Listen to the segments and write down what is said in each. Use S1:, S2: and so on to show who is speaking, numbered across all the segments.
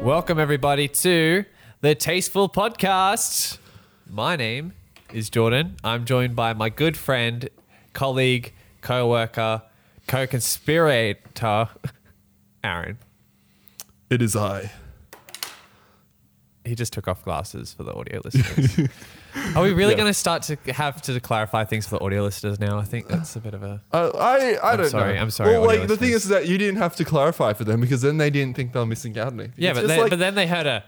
S1: Welcome, everybody, to the Tasteful Podcast. My name is Jordan. I'm joined by my good friend, colleague, co worker, co conspirator, Aaron.
S2: It is I.
S1: He just took off glasses for the audio listeners. Are we really
S2: Yeah.
S1: going to start to have to clarify things for the audio listeners now? I think that's a bit of a.
S2: Uh, I I
S1: I'm
S2: don't
S1: sorry,
S2: know.
S1: I'm sorry,
S2: Well,
S1: audio
S2: like the thing
S1: listeners.
S2: is that you didn't have to clarify for them because then they didn't think they were missing out on anything.
S1: Yeah,
S2: It's
S1: but,
S2: just
S1: they,
S2: like,
S1: but then they heard a.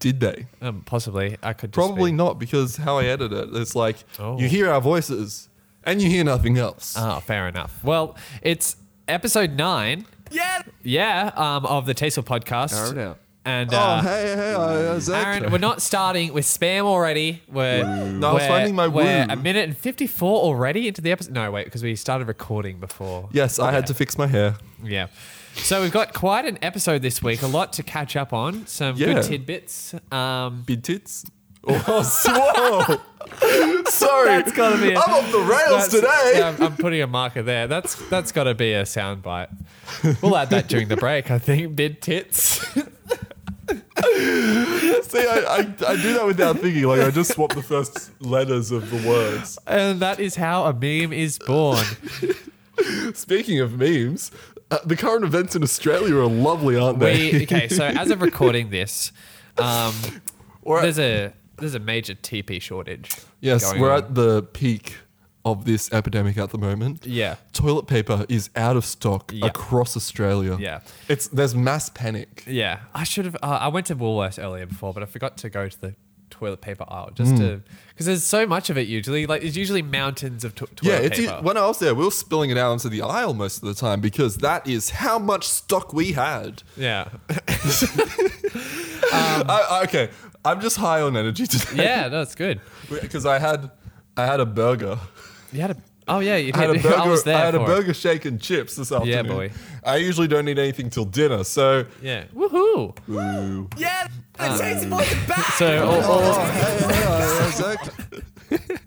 S2: did they?
S1: Um, possibly. I could just
S2: Probably
S1: be-
S2: not because how I edit it, it's like
S1: Oh.
S2: you hear our voices and you hear nothing else.
S1: Ah, fair enough. Well, it's episode nine.
S2: yeah.
S1: Yeah, um, of the Tasteful podcast.
S2: Aaron out.
S1: And
S2: Oh
S1: uh,
S2: hey hey, uh, Zach.
S1: Aaron, we're not starting with spam already. We're
S2: No, I was
S1: we're-
S2: finding my
S1: we're
S2: woo.
S1: a minute and fifty four already into the episode. No, wait, because we started recording before.
S2: Yes, I had to fix my hair.
S1: Yeah. So we've got quite an episode this week. A lot to catch up on. Some
S2: Yeah.
S1: good tidbits. Um,
S2: Big tits. Oh, swole. Sorry,
S1: That's gotta be it.
S2: I'm off the rails
S1: that's-
S2: today.
S1: yeah, I'm, I'm putting a marker there. That's that's got to be a soundbite. We'll add that during the break. I think bid tits.
S2: See, I, I, I do that without thinking. Like I just swap the first letters of the words.
S1: And that is how a meme is born.
S2: Speaking of memes, uh, the current events in Australia are lovely, aren't they?
S1: We okay. So as of recording this, um,
S2: We're at-
S1: there's a there's a major TP shortage.
S2: yes,
S1: going
S2: we're
S1: on.
S2: at the peak of this epidemic at the moment.
S1: yeah
S2: Toilet paper is out of stock
S1: Yeah.
S2: across Australia.
S1: Yeah.
S2: it's there's mass panic.
S1: yeah. I should have. Uh, I went to Woolworths earlier before, but I forgot to go to the toilet paper aisle just to
S2: Hmm.
S1: because there's so much of it usually. Like there's usually mountains of to- toilet
S2: Yeah, it's
S1: paper.
S2: when I was there, we were spilling it out onto the aisle most of the time because that is how much stock we had.
S1: yeah, Um,
S2: I, I- okay, I'm just high on energy today
S1: yeah. No, it's good.
S2: because I had I had a burger.
S1: You had a. Oh yeah, you
S2: I had a burger.
S1: I was there
S2: I had a
S1: for it.
S2: burger shake and chips this afternoon.
S1: boy.
S2: I usually don't eat anything till dinner, so
S1: Yeah. Woohoo.
S2: Ooh.
S3: Yeah, the
S1: Uh,
S3: Tasty Boys are back.
S1: So all, all,
S2: Oh, hey, hey, Isaac.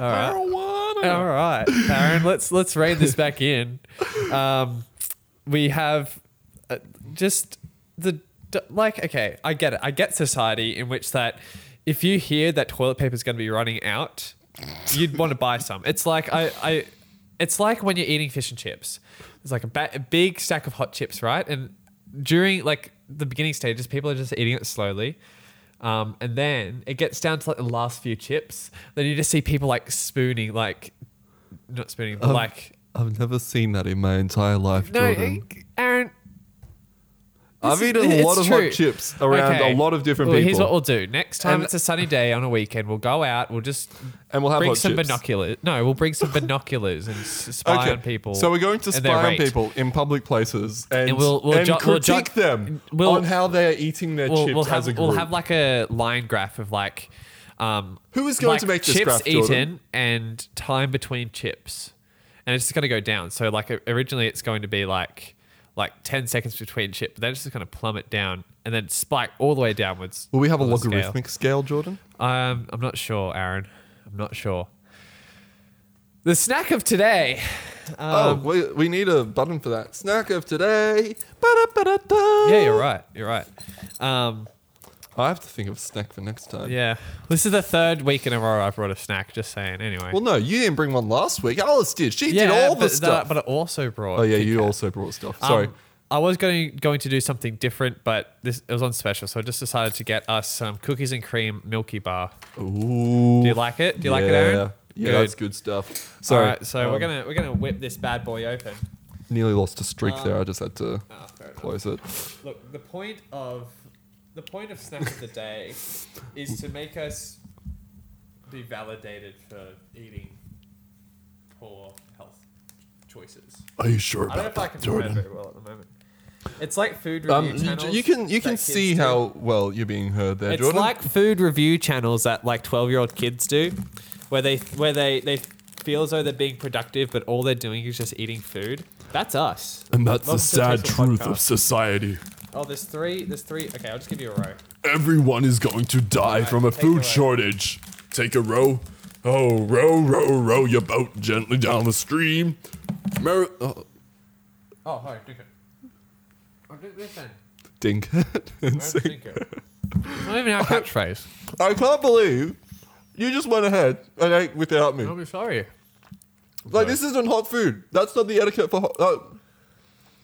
S1: All right, Aaron. Let's let's rein this back in. Um, we have uh, just the d- like. Okay, I get it. I get society in which that if you hear that toilet paper is going to be running out, you'd want to buy some. It's like I, I it's like when you're eating fish and chips. It's like a, ba- a big stack of hot chips, right? And during like the beginning stages, people are just eating it slowly. Um, and then it gets down to like the last few chips. Then you just see people like spooning, like not spooning, but like
S2: I've never seen that in my entire life,
S1: no,
S2: Jordan.
S1: Aaron.
S2: I've
S1: this is-
S2: eaten a lot
S1: it's
S2: of
S1: true.
S2: hot chips around
S1: Okay.
S2: a lot of different
S1: well,
S2: people,
S1: Here's what we'll do. Next time
S2: And-
S1: it's a sunny day on a weekend, we'll go out. We'll just
S2: and we'll have
S1: bring
S2: hot
S1: some
S2: chips.
S1: binoculars. No, we'll bring some binoculars and s- spy on people.
S2: So we're going to
S1: and their
S2: spy on
S1: rate.
S2: people in public places and,
S1: And we'll- we'll
S2: and
S1: jot- we'll jot-
S2: critique them
S1: we'll-
S2: on how they are eating their
S1: We'll,
S2: chips
S1: we'll have
S2: as a group.
S1: we'll have like a line graph of like um,
S2: Who is going to
S1: like
S2: make this
S1: chips
S2: graph,
S1: eaten
S2: Jordan?
S1: and time between chips, and it's just going to go down. So like o- originally it's going to be like like ten seconds between chip, but then it's just going to plummet down and then spike all the way downwards.
S2: Will we have a
S1: on the scale.
S2: logarithmic scale, Jordan?
S1: Um, I'm not sure, Aaron. I'm not sure. The snack of today. Um,
S2: oh, we, we need a button for that. Snack of today. Ba-da-ba-da-da.
S1: Yeah, you're right. You're right. Um,
S2: I have to think of a snack for next time.
S1: yeah, this is the third week in a row I've brought a snack. Just saying. Anyway.
S2: Well, no, you didn't bring one last week. Alice did. She did all the
S1: but,
S2: stuff.
S1: But I also brought.
S2: oh yeah, you
S1: Kit Kat.
S2: also brought stuff. Sorry.
S1: Um, I was going going to do something different, but this it was on special, so I just decided to get us some cookies and cream Milky Bar.
S2: Ooh.
S1: Do you like it? Do you like it,
S2: Yeah.
S1: Aaron?
S2: Yeah,
S1: Good.
S2: that's good stuff.
S1: All
S2: Sorry.
S1: right, so we're
S2: Um,
S1: gonna we're gonna whip this bad boy open.
S2: nearly lost a streak there. I just had to
S1: Ah, Uh, fair enough.
S2: close it.
S1: Look, the point of the point of snack of the day is to make us be validated for eating poor health choices.
S2: Are you sure
S1: I don't know if I can do it very well at the moment. It's like food review
S2: Um, you,
S1: channels.
S2: you can
S1: that
S2: you can
S1: kids
S2: see
S1: do.
S2: how well you're being heard there,
S1: it's
S2: Jordan.
S1: like food review channels that like twelve year old kids do, where they where they they feel as though they're being productive, but all they're doing is just eating food. That's us.
S4: And that's
S1: Welcome
S4: the
S1: to
S4: sad
S1: Tasteful
S4: truth
S1: Podcast.
S4: of society.
S1: Oh, there's three. There's three. Okay, I'll just give you a row.
S4: Everyone is going to die
S1: Alright,
S4: from a
S1: take
S4: food
S1: a row.
S4: shortage. Take a row. Oh, row, row, row your boat gently down the stream. Mer- oh,
S1: Oh, hi, drink it. Oh, drink this then.
S2: Dink it and sing.
S1: It's not even our catchphrase.
S2: I can't believe you just went ahead and ate without me.
S1: I'm sorry.
S2: Like this isn't hot food. That's not the etiquette for hot. Uh,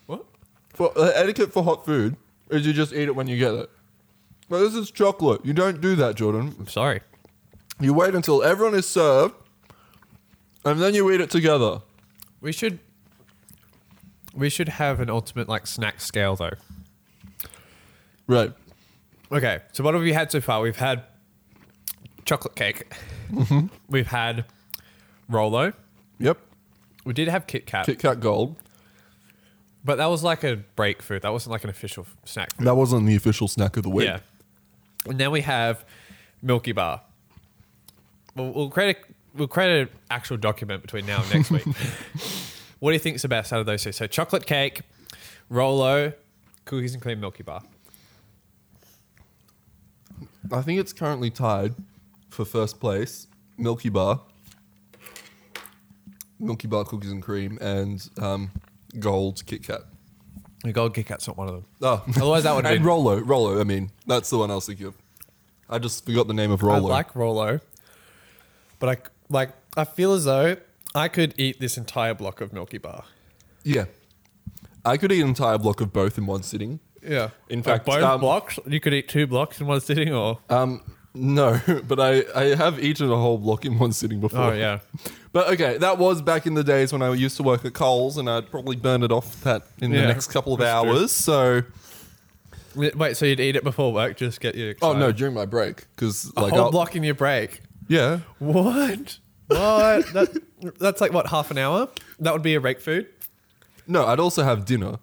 S1: What?
S2: for uh, etiquette for hot food is you just eat it when you get it. But this is chocolate. You don't do that, Jordan.
S1: I'm sorry.
S2: You wait until everyone is served, and then you eat it together.
S1: We should. We should have an ultimate like snack scale though.
S2: Right.
S1: Okay, so what have we had so far? We've had chocolate cake. We've had Rolo.
S2: Yep.
S1: We did have Kit Kat,
S2: Kit Kat Gold.
S1: but that was like a break food. That wasn't like an official f- snack. Food.
S2: That wasn't the official snack of the week.
S1: Yeah. And then we have Milky Bar. We'll, we'll create a, we'll create an actual document between now and next week. what do you think's the best out of those two? So chocolate cake, Rolo, cookies and cream, Milky Bar.
S2: I think it's currently tied for first place. Milky Bar, Milky Bar cookies and cream, and um, Gold Kit Kat.
S1: The gold Kit Kat's not one of them.
S2: Oh,
S1: Otherwise that would've
S2: and
S1: been-
S2: Rolo. Rolo. I mean, that's the one I was thinking of. I just forgot the name of Rolo.
S1: I like Rolo, but I c- like I feel as though I could eat this entire block of Milky Bar.
S2: yeah, I could eat an entire block of both in one sitting.
S1: Yeah.
S2: In fact,
S1: both
S2: um,
S1: blocks. You could eat two blocks in one sitting, or Oh,
S2: Um, no, but I, I have eaten a whole block in one sitting before.
S1: oh yeah,
S2: But okay, that was back in the days when I used to work at Coles, and I'd probably burn it off that in the
S1: Yeah,
S2: next couple of
S1: that's true.
S2: hours. So,
S1: wait. So you'd eat it before work, just get you.
S2: oh
S1: Excited.
S2: no, during my break because
S1: a
S2: like
S1: whole
S2: I'll-
S1: block in your break.
S2: yeah,
S1: What? What? that, that's like what half an hour. That would be a break food
S2: no, I'd also have dinner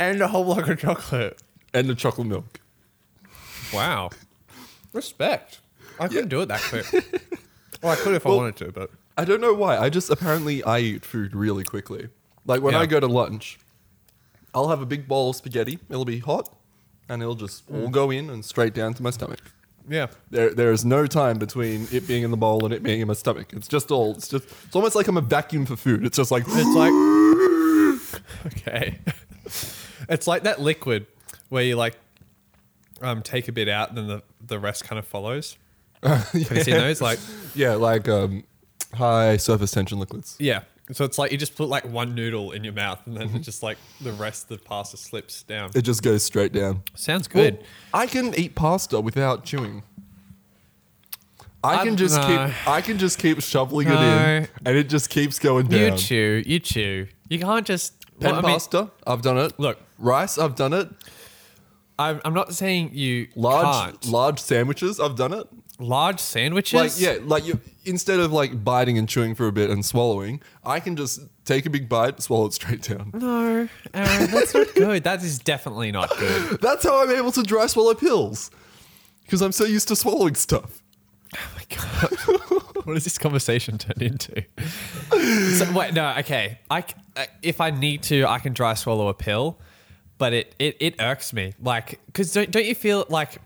S1: and a whole block of chocolate.
S2: and a chocolate milk.
S1: Wow. Respect. I couldn't do it that quick. well, I could if I wanted to, but
S2: I don't know why. I just apparently I eat food really quickly. Like when
S1: Yeah.
S2: I go to lunch, I'll have a big bowl of spaghetti. It'll be hot, and it'll just
S1: Mm.
S2: all go in and straight down to my stomach.
S1: yeah.
S2: There, there is no time between it being in the bowl and it being in my stomach. It's just all. It's just. It's almost like I'm a vacuum for food. It's just like.
S1: It's like okay, it's like that liquid where you like um take a bit out and then the the rest kind of follows. Have you seen those? Like
S2: Yeah, like um, high surface tension liquids.
S1: yeah. So it's like you just put like one noodle in your mouth and then it just like the rest of the pasta slips down.
S2: Mm-hmm. It just goes straight down.
S1: Sounds good.
S2: Well, I can eat pasta without chewing. I
S1: I-
S2: can just
S1: no.
S2: keep. I can just keep shoveling it
S1: No.
S2: in, and it just keeps going down.
S1: You chew, you chew. You can't just
S2: Pen
S1: well, I mean,
S2: pasta, I've done it.
S1: Look.
S2: rice, I've done it.
S1: I'm, I'm not saying you
S2: Large,
S1: large,
S2: large sandwiches, I've done it.
S1: large sandwiches.
S2: Like yeah, like you instead of like biting and chewing for a bit and swallowing, I can just take a big bite, swallow it straight down.
S1: No, Aaron, that's not good. That is definitely not good.
S2: That's how I'm able to dry swallow pills, because I'm so used to swallowing stuff.
S1: What does this conversation turn into? so, wait, no, okay. I, c- uh, if I need to, I can dry swallow a pill, but it it, it irks me. Like, because don't, don't you feel like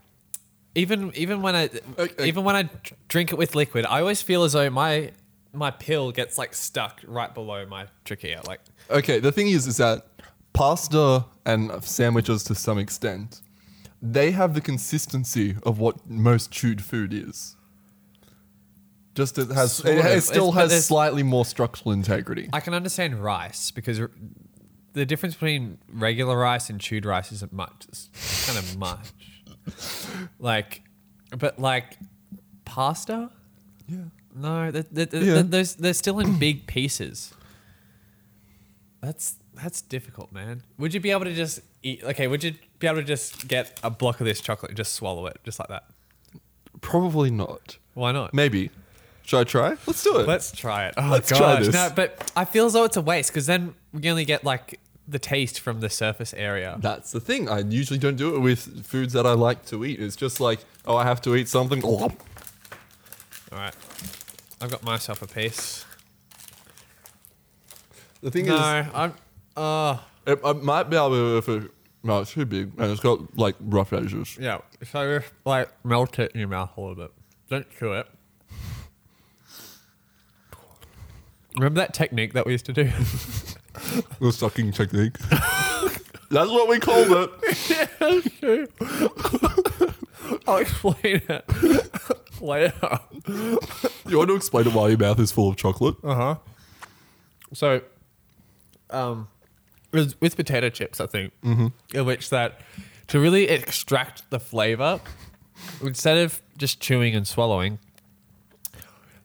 S1: even even when I
S2: Okay.
S1: even when I dr- drink it with liquid, I always feel as though my my pill gets like stuck right below my trachea. Like,
S2: Okay, the thing is, is that pasta and sandwiches to some extent, they have the consistency of what most chewed food is. Just it has,
S1: Sort
S2: it,
S1: of.
S2: it still
S1: It's- but
S2: has
S1: there's-
S2: slightly more structural integrity.
S1: I can understand rice because r- the difference between regular rice and chewed rice isn't much. It's kind of much. Like, but like pasta?
S2: Yeah.
S1: No, th th th
S2: Yeah.
S1: th- those they're still in big pieces. That's that's difficult, man. Would you be able to just eat? Okay, would you be able to just get a block of this chocolate and just swallow it, just like that?
S2: Probably not.
S1: Why not?
S2: Maybe. Should I try? Let's do it.
S1: Let's try it. Oh
S2: Let's
S1: gosh,
S2: try this.
S1: no, but I feel as though it's a waste because then we only get like the taste from the surface area.
S2: That's the thing. I usually don't do it with foods that I like to eat. It's just like, oh, I have to eat something.
S1: All right, I've got myself a piece.
S2: The thing
S1: No,
S2: is,
S1: I'm. Oh
S2: it, it might be able if it, no, it's too big and it's got like rough edges.
S1: yeah. So like melt it in your mouth a little bit. Don't chew it. Remember that technique that we used to do?
S2: The sucking technique. That's what we called it.
S1: I'll explain it later.
S2: You want to explain it why your mouth is full of chocolate?
S1: So, um, with, with potato chips, I think,
S2: Mm-hmm.
S1: in which that to really extract the flavor, instead of just chewing and swallowing,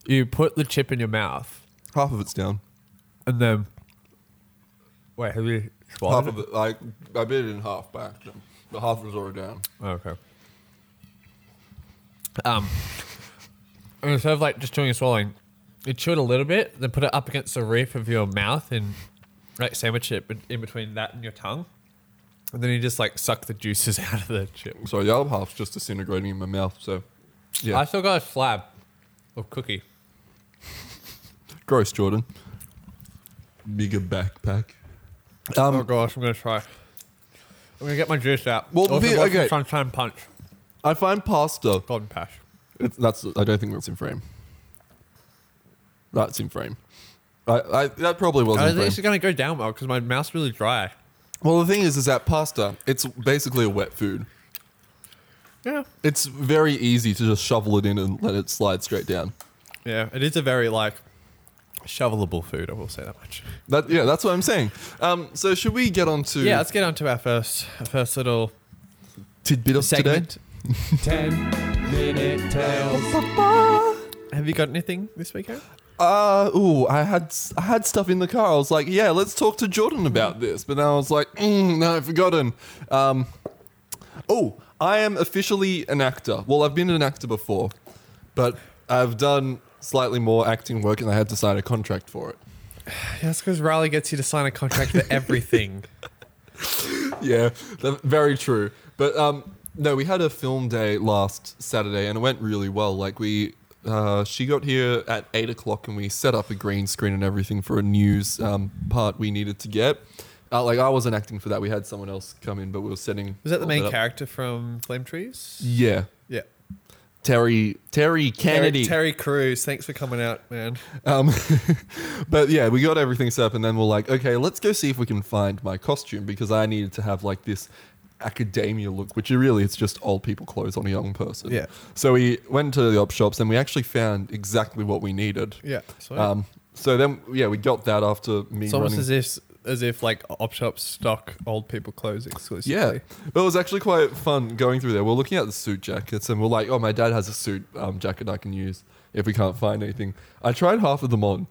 S1: you put the chip in your mouth
S2: Half of it's down.
S1: and then. Wait, have you swallowed
S2: Half of it, like, I bit it in half back. The half was already down.
S1: Oh, okay. Um, and instead of like just chewing and swallowing, you chew it a little bit, then put it up against the roof of your mouth and like sandwich it bet- in between that and your tongue, and then you just like suck the juices out of the chip.
S2: So the other half's just disintegrating in my mouth, so. Yeah.
S1: I still got a slab of cookie.
S2: Gross, Jordan. Bigger backpack.
S1: oh gosh, I'm gonna try. I'm gonna get my juice out.
S2: Well,
S1: Also
S2: the-
S1: got some
S2: okay.
S1: Sunshine punch,
S2: I find pasta.
S1: golden pash.
S2: It's, that's. I don't think that's in frame. That's in frame. I, I, that probably
S1: I
S2: wasn't.
S1: think
S2: in
S1: this is
S2: frame.
S1: gonna go down well because my mouth's really dry.
S2: Well, the thing is, is that pasta. It's basically a wet food.
S1: Yeah.
S2: It's very easy to just shovel it in and let it slide straight down.
S1: Yeah, it is a very like shovelable food. I will say that much.
S2: That yeah, that's what I'm saying. Um, so should we get on to
S1: Yeah, let's get on to our first our first little
S2: tidbit of
S1: segment.
S2: today?
S1: Ten minute tales. Have you got anything this weekend?
S2: Uh, ooh, I had I had stuff in the car. I was like, yeah, let's talk to Jordan
S1: Mm.
S2: about this. But then I was like, mm, no, I've forgotten. Um, oh, I am officially an actor. Well, I've been an actor before, but I've done slightly more acting work, and I had to sign a contract for it.
S1: Yeah, that's because Riley gets you to sign a contract for everything.
S2: yeah, th- very true. But um, no, we had a film day last Saturday, and it went really well. Like we, uh, she got here at eight o'clock, and we set up a green screen and everything for a news um, part we needed to get. Uh, like I wasn't acting for that; we had someone else come in, but we were setting.
S1: Was that the
S2: all
S1: main
S2: up.
S1: character from Flame Trees?
S2: Yeah,
S1: Yeah.
S2: Terry Terry Kennedy.
S1: Terry, Terry Crews, thanks for coming out, man.
S2: Um, but yeah, we got everything set up, and then we're like, okay, let's go see if we can find my costume because I needed to have like this academia look, which really it's just old people clothes on a young person.
S1: Yeah.
S2: So we went to the op shops, and we actually found exactly what we needed.
S1: Yeah. Sweet.
S2: Um, so then, yeah, we got that after me
S1: it's almost
S2: running.
S1: as if as if like op shops stock old people clothes exclusively.
S2: yeah, but it was actually quite fun going through there. We're looking at the suit jackets, and we're like, "Oh, my dad has a suit um, jacket I can use if we can't find anything." I tried half of them on;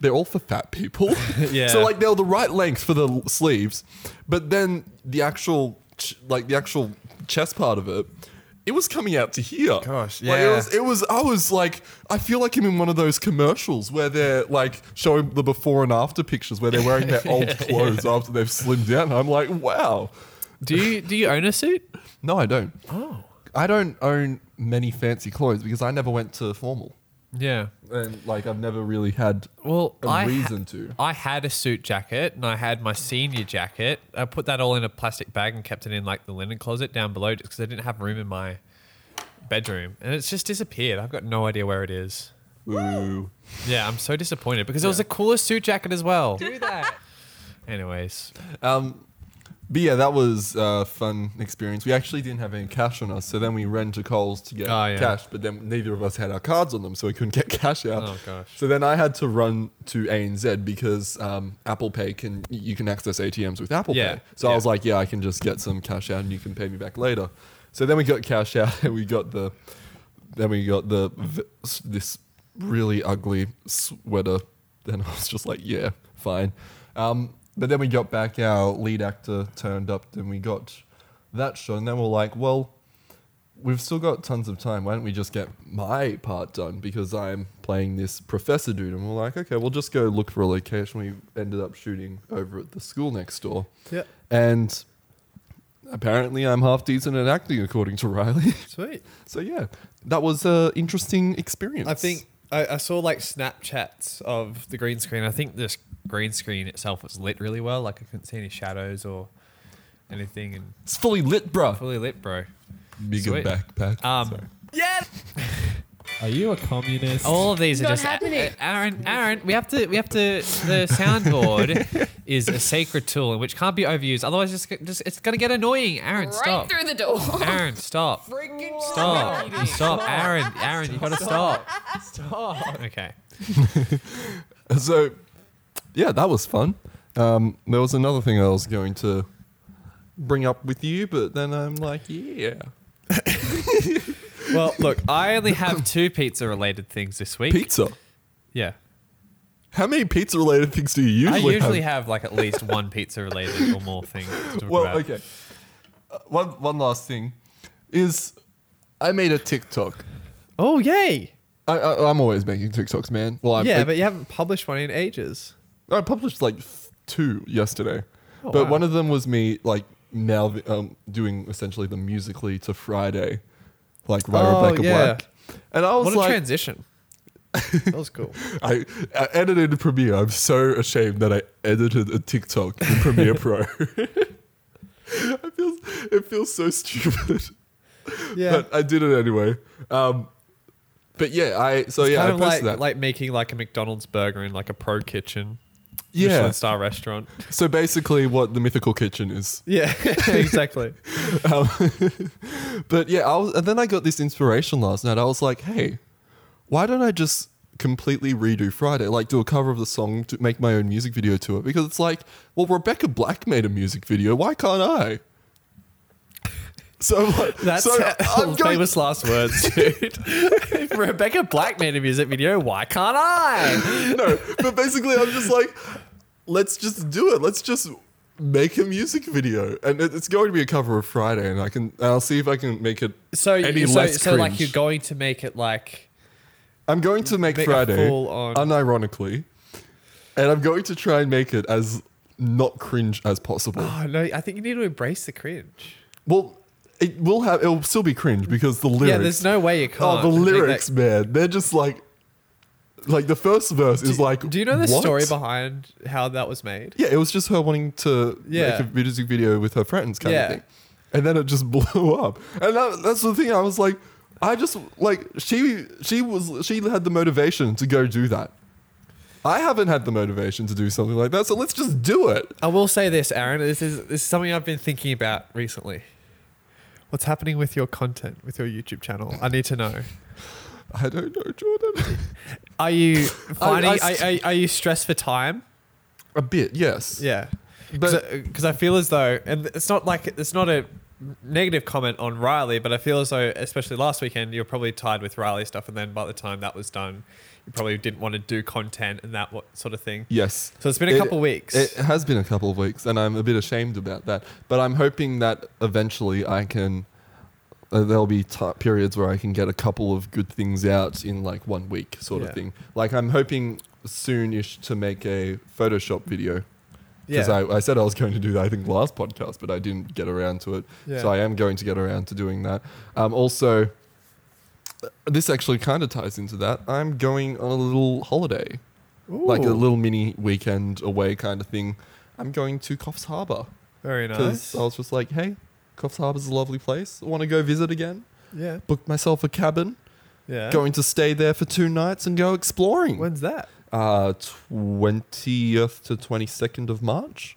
S2: they're all for fat people.
S1: Yeah.
S2: So like, they're the right length for the l- sleeves, but then the actual, ch- like the actual chest part of it. It was coming out to here.
S1: Gosh,
S2: Like, it
S1: yeah.
S2: was, it was. I was like, I feel like I'm in one of those commercials where they're like showing the before and after pictures where they're wearing their old clothes after they've slimmed down. I'm like, wow.
S1: Do you do you own a suit?
S2: No, I don't. Oh. I don't own many fancy clothes because I never went to formal.
S1: Yeah.
S2: And like I've never really had
S1: Well,
S2: a
S1: I ha-
S2: reason to.
S1: I had a suit jacket and I had my senior jacket. I put that all in a plastic bag and kept it in like the linen closet down below just because I didn't have room in my bedroom. And it's just disappeared. I've got no idea where it is.
S2: Ooh.
S1: Yeah, I'm so disappointed because it was the coolest suit jacket as well. Do that. Anyways,
S2: Um but yeah, that was a fun experience. We actually didn't have any cash on us, so then we ran to Coles to get
S1: Oh, yeah.
S2: cash, but then neither of us had our cards on them, so we couldn't get cash out.
S1: Oh, gosh.
S2: So then I had to run to ANZ because um, Apple Pay can you can access ATMs with Apple
S1: Yeah,
S2: Pay. So I
S1: yeah.
S2: was like, yeah, I can just get some cash out and you can pay me back later. So then we got cash out and we got the then we got the v- s- this really ugly sweater. Then I was just like, yeah, fine. Um, but then we got back. Our lead actor turned up. Then we got that shot. And then we're like, well, we've still got tons of time. Why don't we just get my part done? Because I'm playing this professor dude. And we're like, okay, we'll just go look for a location. We ended up shooting over at the school next door.
S1: Yeah.
S2: And apparently I'm half decent at acting, according to Riley.
S1: sweet.
S2: so yeah, that was an interesting experience.
S1: I think I, I saw like Snapchats of the green screen. I think this green screen itself was lit really well. Like I couldn't see any shadows or anything and
S2: it's fully lit, bruh.
S1: fully lit, bro.
S2: Bigger
S1: Sweet.
S2: backpack.
S1: Um,
S2: Sorry.
S3: Yeah.
S5: Are you a communist?
S6: All of these are
S3: Not
S6: just uh,
S3: happening.
S6: Aaron. Aaron, we have to. We have to. The soundboard is a sacred tool which can't be overused. Otherwise, it's just it's gonna get annoying. Aaron,
S7: Right
S6: stop.
S7: through the door.
S6: Aaron, stop.
S3: Freaking
S6: Stop. Stop. Aaron. Aaron, you gotta stop. Stop. Okay.
S2: So, yeah, that was fun. Um, there was another thing I was going to bring up with you, but then I'm like, yeah.
S1: Well, look,
S6: I only have two pizza related things this week.
S2: Pizza.
S6: Yeah.
S2: How many pizza related things do you
S6: I
S2: usually,
S6: usually
S2: have?
S6: have like at least one pizza related or more thing. to talk
S2: Well,
S6: about.
S2: okay. Uh, one, one last thing is I made a TikTok.
S1: oh yay,
S2: I, I, I'm always making TikToks, man. Well, I'm,
S1: yeah,
S2: I,
S1: but you haven't published one in ages.
S2: I published like f- two yesterday,
S1: Oh,
S2: but one of them was me like now um, doing essentially the musically to Friday, like by
S1: Oh,
S2: Rebecca
S1: yeah.
S2: Black, and I was
S1: What a
S2: like,
S1: transition. that was cool.
S2: I, I edited Premiere. I'm so ashamed that I edited a TikTok in Premiere Pro. I feel it feels so stupid,
S1: Yeah.
S2: but I did it anyway. Um, but yeah, I so yeah,
S1: kind
S2: I
S1: of
S2: posted
S1: like
S2: that.
S1: like making like a McDonald's burger in like a pro kitchen,
S2: yeah,
S1: Michelin star restaurant.
S2: so basically, what the mythical kitchen is.
S1: Yeah, exactly.
S2: Um, but yeah, I was, and then I got this inspiration last night. I was like, hey, why don't I just completely redo Friday? Like, do a cover of the song, to make my own music video to it? Because it's like, well, Rebecca Black made a music video. Why can't I? So, I'm like-
S1: That's
S2: so I'm going,
S1: famous last words, dude. If Rebecca Black made a music video. Why can't I?
S2: no, but basically, I'm just like, let's just do it. Let's just make a music video, and it- it's going to be a cover of Friday, and I can, I'll see if I can make it.
S1: So,
S4: Any
S1: so,
S4: less
S1: so like
S4: cringe.
S1: you're going to make it like
S2: I'm going to make,
S1: Make a
S2: Friday
S1: full-on-
S2: unironically, and I'm going to try and make it as not cringe as possible.
S1: oh no, I think you need to embrace the cringe.
S2: well, it will have it'll still be cringe because the lyrics.
S1: Yeah, there's no way you can't.
S2: oh, the
S1: make that-
S2: lyrics, man. They're just like, like the first verse is like.
S1: Do you know the
S2: what?
S1: story behind how that was made?
S2: Yeah, it was just her wanting to
S1: Yeah.
S2: make a music video with her friends, kind
S1: Yeah.
S2: of thing. And then it just blew up. And that, that's the thing. I was like, I just like she she was she had the motivation to go do that. I haven't had the motivation to do something like that, so let's just do it.
S1: I will say this, Aaron. This is this is something I've been thinking about recently. What's happening with your content, with your YouTube channel? I need to know.
S2: I don't know, Jordan.
S1: Are you finding?
S2: I
S1: are, are, are you stressed for time?
S2: a bit, yes.
S1: Yeah,
S2: But-
S1: because I, feel as though, and it's not like it's not a negative comment on Riley, but I feel as though, especially last weekend, you're probably tired with Riley stuff, and then by the time that was done, you probably didn't want to do content and that what sort of thing.
S2: Yes.
S1: So it's been a couple weeks.
S2: It has been a couple of weeks, and I'm a bit ashamed about that. But I'm hoping that eventually I can. Uh, there'll be ti periods where I can get a couple of good things out in like one week, sort
S1: Yeah.
S2: of thing. Like I'm hoping soon-ish to make a Photoshop video. Because
S1: Yeah.
S2: I, I said I was going to do that, I think, last podcast, but I didn't get around to it.
S1: Yeah.
S2: So I am going to get around to doing that. Um, also, uh, this actually kind of ties into that. I'm going on a little holiday, like a
S1: Ooh.
S2: little mini weekend away kind of thing. I'm going to Coffs Harbour
S1: Very
S2: because
S1: nice.
S2: I was just like, hey, Coffs Harbour's a lovely place. I want to go visit again.
S1: Yeah,
S2: Booked myself a cabin.
S1: yeah.
S2: Going to stay there for two nights and go exploring.
S1: When's that?
S2: Uh, 20th to 22nd of March.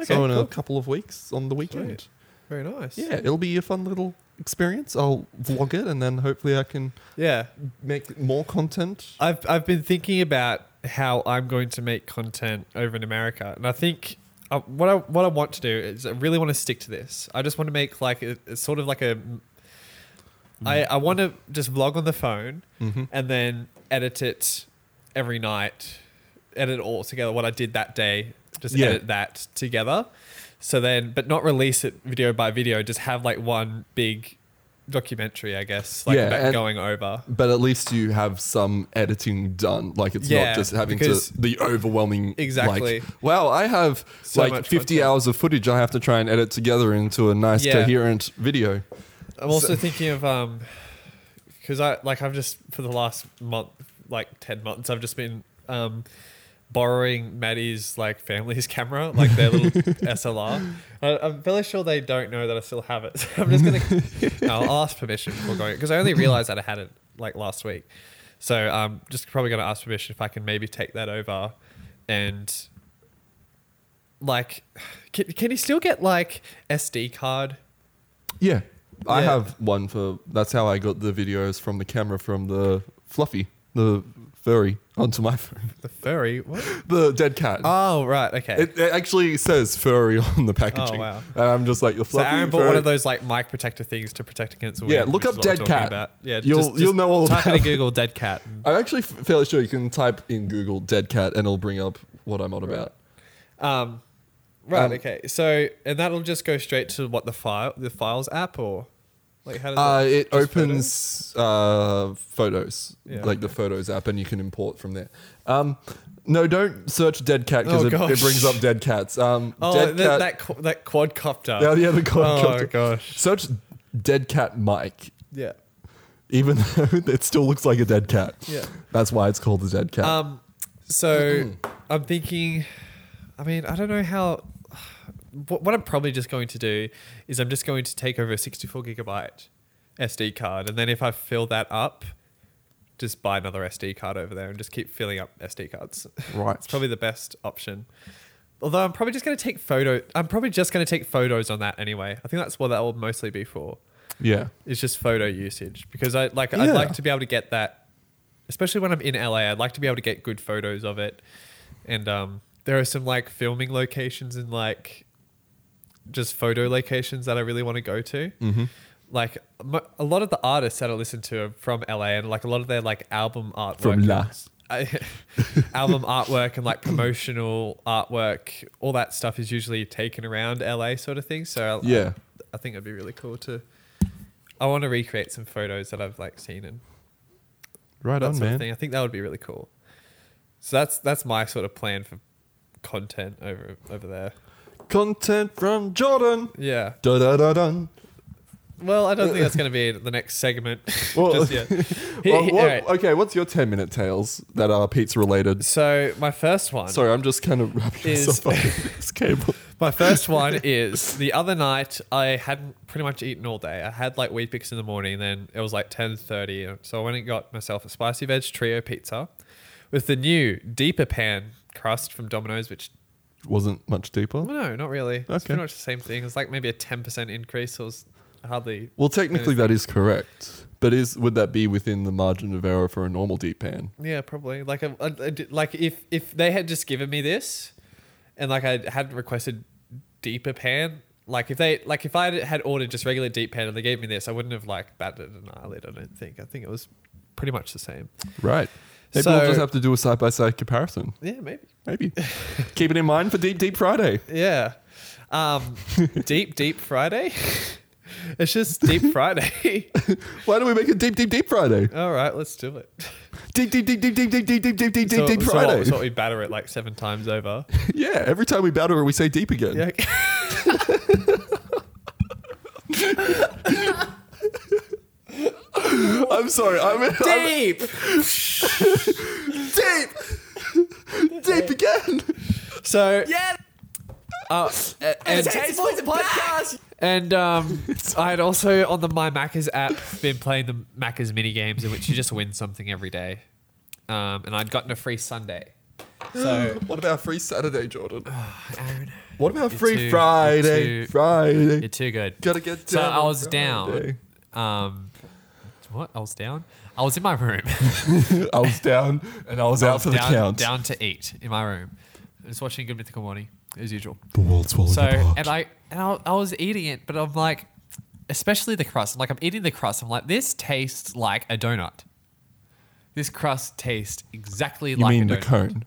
S1: Okay,
S2: so in
S1: cool.
S2: a couple of weeks on the weekend.
S1: Very nice.
S2: Yeah, it'll be a fun little experience. I'll vlog it and then hopefully I can
S1: yeah.
S2: make more content.
S1: I've I've been thinking about how I'm going to make content over in America, and I think uh, what I what I want to do is I really want to stick to this. I just want to make like a, it's sort of like a
S2: Mm-hmm.
S1: I I want to just vlog on the phone and then edit it every night, edit it all together. What I did that day, just
S2: Yeah.
S1: edit that together. So then, but not release it video by video. Just have like one big documentary, I guess, like
S2: Yeah,
S1: about
S2: and-
S1: going over.
S2: But at least you have some editing done. Like it's
S1: Yeah,
S2: not just having
S1: because-
S2: to the overwhelming
S1: Exactly.
S2: Like, wow, I have
S1: So
S2: like
S1: much
S2: 50
S1: content.
S2: hours of footage I have to try and edit together into a nice
S1: Yeah.
S2: coherent video.
S1: I'm also thinking of um, because I like I've just for the last month, like ten months, I've just been um, borrowing Maddie's like family's camera, like their little SLR. I, I'm fairly sure they don't know that I still have it. So I'm just gonna. no, I'll ask permission before going because I only realized that I had it like last week. So I'm just probably going to ask permission if I can maybe take that over and like can, can he still get like SD card?
S2: Yeah. I
S1: Yeah.
S2: have one for that's how I got the videos from the camera from the fluffy, the furry onto my phone.
S1: The furry? What?
S2: The dead cat.
S1: Oh, right. Okay.
S2: it, it actually says furry on the packaging.
S1: Oh, wow.
S2: And I'm just like, you're
S1: so
S2: fluffy.
S1: Aaron bought one
S2: furry."
S1: of those like mic protector things to protect against wind.
S2: Yeah, look
S1: which
S2: up
S1: is what I'm
S2: dead
S1: talking
S2: cat.
S1: About. Yeah,
S2: You'll- you'll know all
S1: type
S2: about
S1: into
S2: it.
S1: Google dead cat. and-
S2: I'm actually f- fairly sure you can type in Google dead cat and it'll bring up what I'm on about.
S1: Um, right.
S2: Um,
S1: okay. So and that'll just go straight to what the file the files app or like how does
S2: Uh,
S1: that-
S2: it
S1: just
S2: opens uh, photos,
S1: Yeah.
S2: like the photos app, and you can import from there. Um, no, don't search dead cat because
S1: Oh,
S2: it, it
S1: gosh.
S2: brings up dead cats. Um,
S1: photos? Oh,
S2: dead
S1: th-
S2: cat.
S1: that qu- that quadcopter.
S2: yeah, yeah, the
S1: Oh
S2: quadcopter.
S1: gosh.
S2: Search dead cat mic,
S1: Yeah.
S2: even though it still looks like a dead cat.
S1: Yeah.
S2: That's why it's called a dead cat.
S1: Um, so I'm thinking. I mean, I don't know how. What, what I'm probably just going to do is I'm just going to take over a 64 gigabyte SD card, and then if I fill that up, just buy another SD card over there and just keep filling up SD cards.
S2: Right.
S1: it's probably the best option. Although I'm probably just going to take photo. I'm probably just going to take photos on that anyway. I think that's what that will mostly be for.
S2: yeah.
S1: It's just photo usage because I like
S2: Yeah.
S1: I'd like to be able to get that, especially when I'm in LA. I'd like to be able to get good photos of it, and um, there are some like filming locations and like just photo locations that I really want to go to. Mm-hmm. Like m- a lot of the artists that I listen to are from LA, and like a lot of their like album artwork
S2: From
S1: and
S2: La.
S1: s- I- album artwork and like promotional artwork, all that stuff is usually taken around LA sort of thing. So I-
S2: Yeah.
S1: I think it'd be really cool to. I want to recreate some photos that I've like seen and
S2: Right
S1: that
S2: on,
S1: sort of
S2: man.
S1: thing. I think that would be really cool. So that's that's my sort of plan for content over over there.
S2: Content from Jordan.
S1: Yeah.
S2: Da da da dun.
S1: Well, I don't think that's going to be the next segment
S2: Well-
S1: just yet. He-
S2: Well, uh,
S1: he-
S2: what-
S1: alright.
S2: Okay, what's your 10 minute tales that are pizza related?
S1: So my first one.
S2: Sorry, I'm just kind of wrapping
S1: Is-
S2: myself up in this cable.
S1: My first one is the other night I hadn't pretty much eaten all day. I had like Weet-Bix in the morning, then it was like 10.30. So I went and got myself a spicy veg trio pizza with the new deeper pan crust from Domino's, which,
S2: Wasn't much deeper.
S1: well, no, not really. It's
S2: Okay.
S1: pretty much the same thing. It's like maybe a 10% increase. So it was hardly...
S2: Well, technically that is correct, but is would that be within the margin of error for a normal deep pan?
S1: Yeah, probably. Like, a, a- a d- like if, if they had just given me this and like I hadn't requested deeper pan... Like if they like if I had ordered just regular deep pan and they gave me this, I wouldn't have like batted an eyelid. I don't think. I think it was pretty much the same.
S2: Right. Maybe
S1: So-
S2: we'll just have to do a side by side comparison.
S1: Yeah, maybe.
S2: Maybe. Keep it in mind for Deep Deep Friday.
S1: Yeah. Um, deep, deep Friday. it's just deep Friday.
S2: Why don't we make it Deep Deep Deep Friday?
S1: All right, let's do it.
S2: Deep Deep Deep Deep Deep Deep Deep Deep Deep Deep
S1: so,
S2: Deep Deep
S1: so
S2: Friday.
S1: what- so we batter it like seven times over.
S2: Yeah. Every time we batter, we say deep again.
S1: Yeah.
S2: I'm sorry. I'm, I'm
S1: deep.
S2: deep. deep again.
S1: So
S3: Yeah,
S1: uh, a-
S3: and
S1: and
S3: the Taste Boys podcast.
S1: and um, I had also on the My Maccas app been playing the Maccas mini games in which you just win something every day, um, and I'd gotten a free Sunday. So
S2: What about free Saturday, Jordan?
S1: Aaron,
S2: What about
S1: You're
S2: free
S1: too-
S2: Friday?
S1: you're too-
S2: Friday.
S6: You're too good.
S2: Gotta get
S6: So
S2: down.
S6: I
S2: on
S6: was down.
S2: Friday.
S6: Um, what? I was down. I was in my room.
S2: I was down and I was out for the
S6: down,
S2: count.
S6: Down to eat in my room. I was watching Good Mythical Morning as usual.
S2: The world swallowed
S6: So
S2: apart.
S6: and I and I, I was eating it, but I'm like, especially the crust. I'm like I'm eating the crust. I'm like, this tastes like a donut. This crust tastes exactly
S2: you
S6: like
S2: mean
S6: a
S2: the
S6: donut.
S2: cone?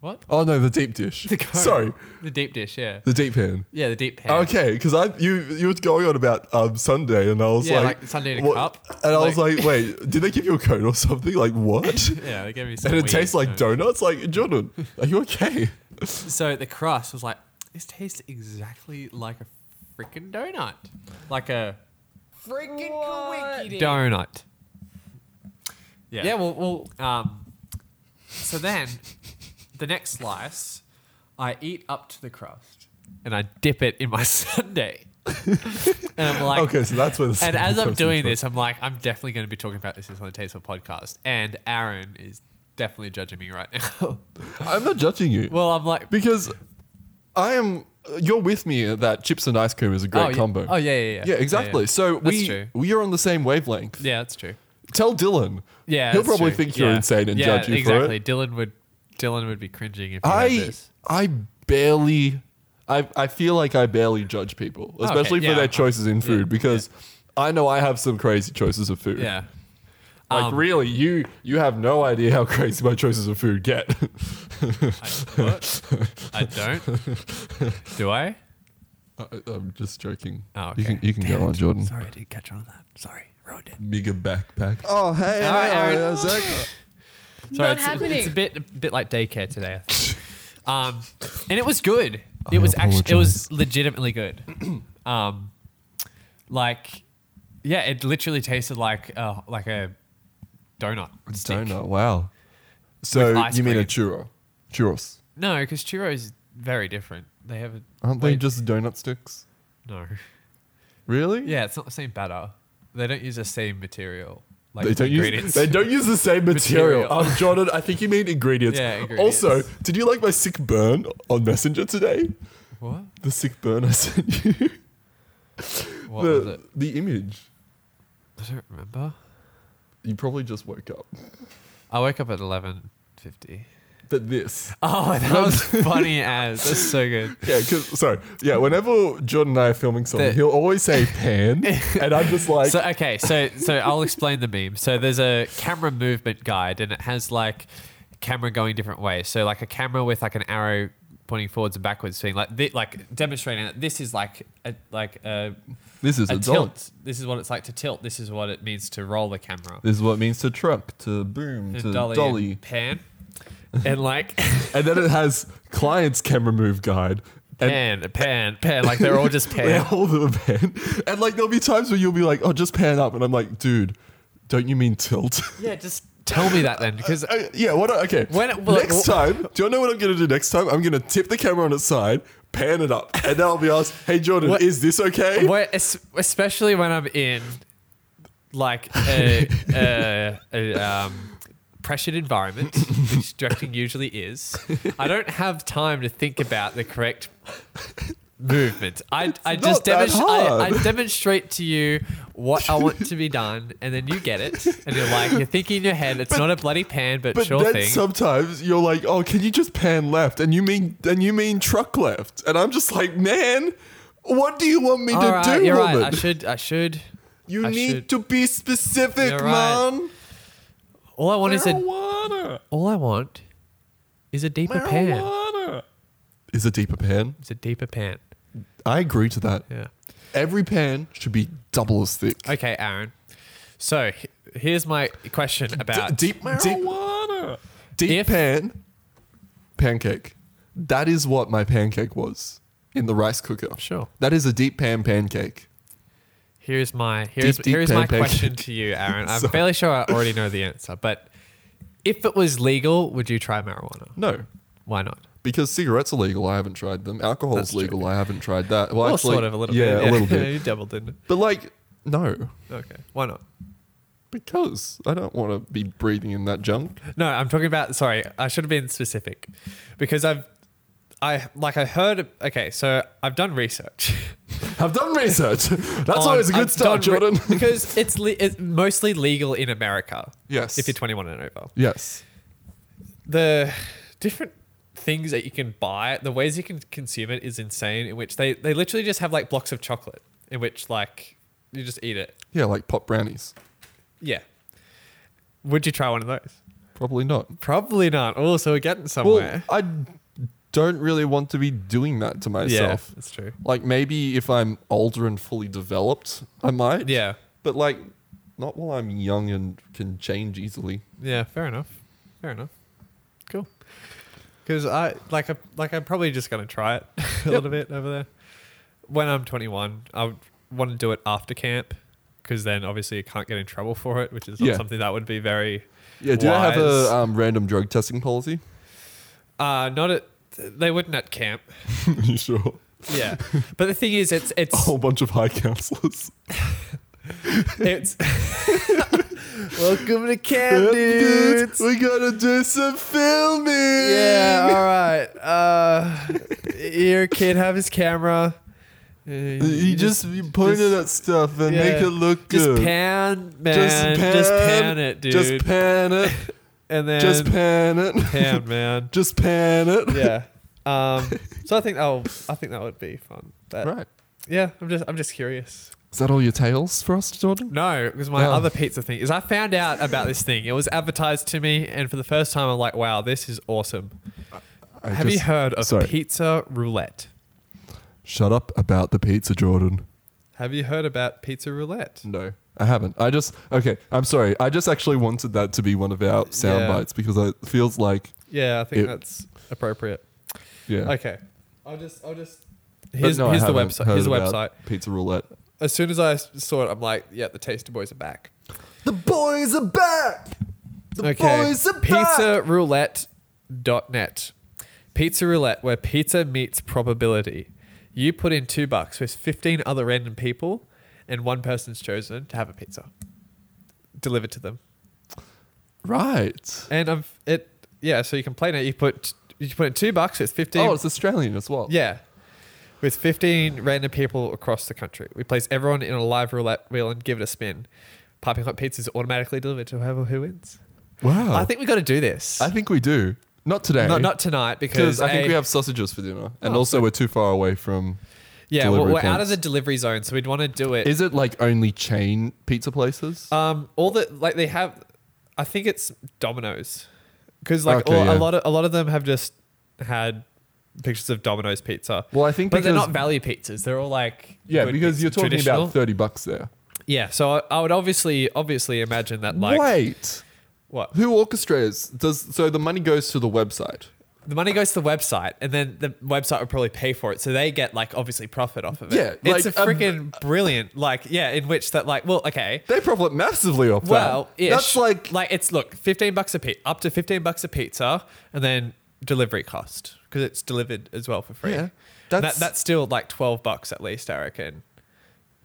S6: What?
S2: Oh no, the deep dish.
S6: The cone.
S2: Sorry,
S6: The deep dish. Yeah.
S2: the deep pan.
S6: yeah. The deep pan.
S2: Okay, because I you you were going on about um, Sunday and I was
S6: Yeah,
S2: like,
S6: like Sunday in a
S2: what-
S6: cup.
S2: and I was
S6: Like-
S2: like, wait, did they give you a cone or something? Like what?
S6: Yeah. They gave me. Some
S2: and it
S6: weird
S2: tastes like
S6: donut.
S2: donuts. Like Jordan, are you okay?
S6: So the crust was like, this tastes exactly like a freaking donut. Like a freaking donut. Yeah. Yeah, well, well um, so then the next slice, I eat up to the crust and I dip it in my sundae.
S1: and I'm like,
S2: Okay, so that's where the
S1: And
S2: second
S1: as I'm
S2: question
S1: doing
S2: comes
S1: this, I'm like, I'm definitely going to be talking about this on the Tasteful podcast, and Aaron is definitely judging me right now.
S2: from. I'm not judging you.
S1: well, I'm like,
S2: because I am. You're with me that chips and ice cream is a great
S1: oh, yeah-
S2: combo.
S1: Oh yeah, yeah, yeah.
S2: Yeah, exactly. So
S1: That's
S2: we
S1: true.
S2: we are on the same wavelength.
S1: yeah, that's true.
S2: Tell Dylan.
S1: Yeah,
S2: he'll
S1: that's
S2: probably
S1: true.
S2: think you're
S1: Yeah.
S2: insane and
S1: yeah,
S2: judge you
S1: exactly.
S2: for it.
S1: Dylan would, Dylan would be cringing if he heard
S2: I
S1: this.
S2: I barely. I, I feel like I barely judge people, especially
S1: yeah.
S2: for their choices in food, because I know I have some crazy choices of food.
S1: Yeah.
S2: Like
S1: Um,
S2: really, you you have no idea how crazy my choices of food get.
S1: I don't. Do I?
S2: I, I'm just joking.
S1: Oh, okay.
S2: You can you can go on, Jordan.
S1: Sorry, I didn't catch on to that. Sorry, ruined it.
S2: Bigger backpack.
S8: Oh, hey,
S1: All right,
S8: hey, hey,
S1: Aaron.
S8: Zach.
S1: Sorry,
S6: Not
S1: it's, it's
S6: happening.
S1: a bit a bit like daycare today. I think. um, and it was good. It was actually it was legitimately good. um, like, yeah, it literally tasted like uh, like a donut. stick.
S2: Donut. Wow. So
S1: With ice
S2: you mean a
S1: cream.
S2: churro? Churros.
S1: No, because churros is very different. They have a
S2: Aren't they
S1: wait,
S2: just donut sticks?
S1: no.
S2: Really?
S1: Yeah, it's not the same batter. They don't use the same material. Like
S2: They don't use.
S1: ingredients.
S2: They don't use the same material.
S1: Material.
S2: Um, Jordan, I think you mean ingredients.
S1: Yeah, ingredients.
S2: Also, did you like my sick burn on Messenger today?
S1: What?
S2: The sick burn I sent you.
S1: What
S2: the
S1: was it?
S2: the image.
S1: I don't remember.
S2: You probably just woke up.
S1: I woke up at eleven fifty.
S2: But this.
S1: Oh, that was funny as. That's so good.
S2: Yeah, because sorry. Yeah, whenever Jordan and I are filming something,
S1: The-
S2: he'll always say pan, and I'm just like,
S1: So okay, so so I'll explain the meme. So there's a camera movement guide, and it has like camera going different ways. So like a camera with like an arrow pointing forwards and backwards, being like thi- like demonstrating that this is like a, like a,
S2: this is
S1: a tilt. This is what it's like to tilt. This is what it means to roll the camera.
S2: This is what it means to truck, to boom,
S1: The
S2: to
S1: dolly,
S2: dolly.
S1: and pan, and like
S2: And then it has client's camera move guide. And
S1: pan, pan, pan. Like they're all just
S2: yeah,
S1: pan.
S2: all the pan. And like there'll be times where you'll be like, oh, just pan up. And I'm like, dude, don't you mean tilt?
S1: yeah, just tell me that then, because
S2: Uh, yeah, what okay.
S1: When- well,
S2: next time, do you know what I'm gonna do next time? I'm gonna tip the camera on its side, pan it up, and then I'll be asked, hey Jordan,
S9: What-
S2: is this okay?
S1: Where, es- especially when I'm in like a, a, a um, pressured environment, which directing usually is, I don't have time to think about the correct movement. I, I just
S2: not that
S1: demonst- I, I
S2: hard.
S1: demonstrate to you what I want to be done, and then you get it, and you're like, you're thinking in your head, it's not a bloody pan, but,
S2: But
S1: sure
S2: then
S1: thing.
S2: sometimes you're like, oh, can you just pan left? And you mean and you mean truck left. And I'm just like, man, what do you want me
S1: All
S2: to
S1: right,
S2: do,
S1: you're
S2: woman?
S1: right. I should. I should.
S2: You
S1: I
S2: need
S1: should-
S2: to be specific,
S1: You're right.
S2: man.
S1: All I want is a.
S2: Marijuana.
S1: All I want is a deeper pan.
S2: Marijuana. Is a deeper pan?
S1: It's a deeper pan.
S2: I agree to that.
S1: Yeah.
S2: Every pan should be double as thick.
S1: Okay, Aaron. So h- here's my question about
S2: deep marijuana. Deep,
S1: If-
S2: pan. Pancake. That is what my pancake was in the rice cooker.
S1: Sure.
S2: That is a deep pan pancake.
S1: Here's my here's
S2: Deep, deep
S1: here's my
S2: pan pancake.
S1: question to you, Aaron. I'm
S2: Sorry.
S1: fairly sure I already know the answer, but if it was legal, would you try marijuana?
S2: No.
S1: Why not?
S2: Because cigarettes are legal, I haven't tried them. Alcohol's
S1: That's true.
S2: legal, I haven't tried that. Well,
S1: Well,
S2: actually,
S1: sort of a little
S2: yeah,
S1: bit.
S2: a little bit.
S1: you doubled in.
S2: But like, no,
S1: Okay. Why not?
S2: because I don't want to be breathing in that junk.
S9: No, I'm talking about. Sorry, I should have been specific, because I've, I like I heard. Okay, so I've done research.
S2: I've done research. That's
S9: on-
S2: always a good
S9: I've
S2: start,
S9: done re-
S2: Jordan.
S9: because it's le- it's mostly legal in America.
S2: Yes.
S9: if you're 21 and over,
S2: yes.
S9: the different things that you can buy, the ways you can consume it is insane. In which they they literally just have like blocks of chocolate, in which like you just eat it.
S2: Yeah, like pop brownies.
S9: Yeah. Would you try one of those?
S2: Probably not.
S9: Probably not. Oh, so we're getting
S2: Well,
S9: somewhere.
S2: I don't really want to be doing that to myself.
S9: yeah, that's true.
S2: Like maybe if I'm older and fully developed, I might.
S9: Yeah,
S2: But like, not while I'm young and can change easily.
S9: yeah. Fair enough. Fair enough. Cool. Because I like I like I'm probably just gonna try it a little bit over there. When I'm 21, I would want to do it after camp because then obviously you can't get in trouble for it, which is not
S2: Yeah.
S9: something that would be very
S2: Yeah. Do I have
S9: wise.
S2: a um, random drug testing policy?
S9: uh not at they wouldn't at camp.
S2: you sure?
S1: yeah. But the thing is, it's it's
S2: A whole bunch of high counselors.
S1: it's. Welcome to Camp Dudes.
S2: we gotta do some filming.
S1: Yeah, all right. Uh, your kid have his camera. Uh,
S2: You just you point it at stuff and make
S1: yeah.
S2: it look
S1: just
S2: good.
S1: pan, man. Just pan, it, dude.
S2: Just pan it.
S1: and then
S2: just pan it.
S1: pan, man.
S2: just pan it.
S1: yeah. Um, so I think that'll. I think that would be fun. That,
S2: Right.
S1: Yeah. I'm just. I'm just curious.
S2: Is that all your tales for us, Jordan?
S1: No, because my
S2: Oh.
S1: other pizza thing is I found out about this thing. It was advertised to me, and for the first time, I'm like, wow, this is awesome.
S2: I
S1: Have you
S2: just-
S1: heard of
S2: sorry.
S1: pizza roulette?
S2: Shut up about the pizza, Jordan.
S1: Have you heard about pizza roulette?
S2: No, I haven't. I just okay. I'm sorry. I just actually wanted that to be one of our sound
S1: Yeah.
S2: bites because it feels like
S1: Yeah, I think
S2: It-
S1: that's appropriate.
S2: yeah.
S1: Okay, I'll just, I'll just.
S2: But
S1: Here's,
S2: no, I
S1: here's the
S2: haven't
S1: website.
S2: heard
S1: Here's the
S2: about
S1: website.
S2: Pizza roulette.
S1: As soon as I s- saw it, I'm like, yeah, the Taster Boys are back.
S2: The boys are back. The
S1: okay. pizzaroulette.net. Pizza roulette, where pizza meets probability. You put in two bucks with 15 other random people, and one person's chosen to have a pizza delivered to them.
S2: Right.
S1: And I've it, yeah. So you can play now. You put you put in two bucks with 15.
S2: Oh, it's Australian as well.
S1: yeah. With 15 random people across the country. We place everyone in a live roulette wheel and give it a spin. Piping hot pizza is automatically delivered to whoever who wins.
S2: Wow.
S1: I think we got to do this.
S2: Oh. I think we do. Not today.
S1: Not, Oh, not tonight
S2: because
S1: because
S2: I think
S1: A,
S2: we have sausages for dinner, and also we're too far away from.
S1: yeah we're,
S2: delivery
S1: we're out of
S2: points.
S1: the delivery zone, so we'd want to do it.
S2: Is it like only chain pizza places?
S1: um, all the like they have, I think it's Domino's, because like
S2: Okay,
S1: all,
S2: yeah.
S1: a lot of a lot of them have just had pictures of Domino's pizza.
S2: well, I think
S1: but they're
S2: because-
S1: not value pizzas. They're all like
S2: Yeah,
S1: good
S2: because
S1: pizza-
S2: you're talking
S1: traditional.
S2: about thirty bucks there.
S1: yeah. So I, I would obviously obviously imagine that like
S2: Wait,
S1: what
S2: who orchestrates? Does so the money goes to the website?
S1: the money goes to the website and then the website would probably pay for it so they get like obviously profit off of it
S2: Yeah,
S1: it's
S2: like,
S1: a
S2: um,
S1: freaking brilliant like yeah in which that like well okay
S2: They profit massively off
S1: Well,
S2: that.
S1: ish.
S2: that's like
S1: like it's look fifteen bucks a pizza, up to fifteen bucks a pizza, and then delivery cost because it's delivered as well for free.
S2: Yeah,
S1: that's
S2: that's-
S1: that, that's still like twelve bucks at least, I reckon.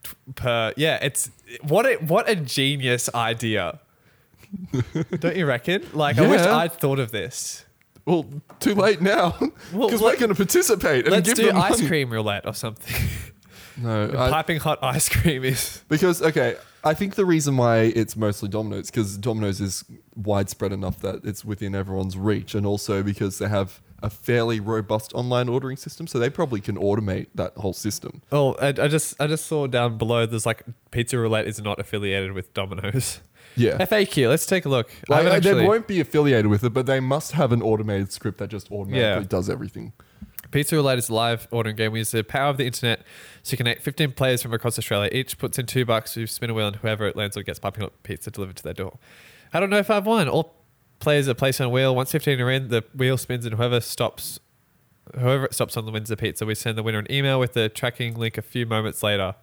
S1: T- Per yeah, it's what a what a genius idea. Don't you reckon? Like I wish
S2: Yeah.
S1: I'd thought of this.
S2: well, too late now because
S1: Well,
S2: we're
S1: let-
S2: going to participate and
S1: Let's
S2: give
S1: do
S2: them
S1: ice
S2: money.
S1: cream roulette or something.
S2: No, I-
S1: Piping hot ice cream is
S2: because okay, I think the reason why it's mostly Domino's because Domino's is widespread enough that it's within everyone's reach, and also because they have a fairly robust online ordering system, so they probably can automate that whole system.
S1: Oh, I, I just I just saw down below. There's like Pizza Roulette is not affiliated with Domino's.
S2: Yeah.
S1: FAQ. Let's take a look. I
S2: Like, uh,
S1: haven't
S2: they
S1: actually-
S2: won't be affiliated with it, but they must have an automated script that just automatically
S1: Yeah.
S2: does everything.
S1: Pizza Roulette is a live ordering game. We use the power of the internet to connect 15 players from across Australia. Each puts in two bucks. We spin a wheel, and whoever it lands on gets piping hot pizza delivered to their door. I don't know if I've won. All players are placed on a wheel. Once 15 are in, the wheel spins, and whoever stops, whoever it stops on the wins the pizza. We send the winner an email with the tracking link a few moments later.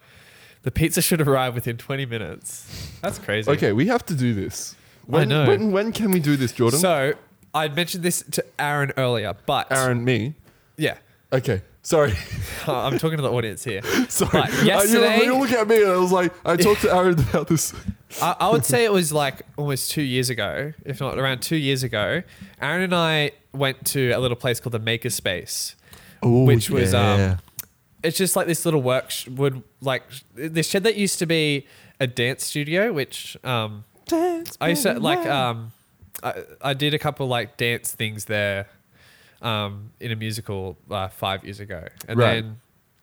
S1: The pizza should arrive within 20 minutes. That's crazy.
S2: Okay, we have to do this. When,
S1: know.
S2: When, when can we do this, Jordan?
S1: So I mentioned this to Aaron earlier, but
S2: Aaron, me.
S1: yeah,
S2: Okay, sorry.
S1: I'm talking to the audience here.
S2: sorry.
S1: But
S2: Uh, you-
S1: yesterday-
S2: you, look at me and I was like, I talked to Aaron about this.
S1: I, I would say it was like almost two years ago, if not around two years ago. Aaron and I went to a little place called the Maker Space, which was um, it's just like this little work sh- would like this shed that used to be a dance studio, which um, I used
S2: Oh,
S1: to like um, I, I did a couple like dance things there, um, in a musical uh, five years ago, and
S2: Right.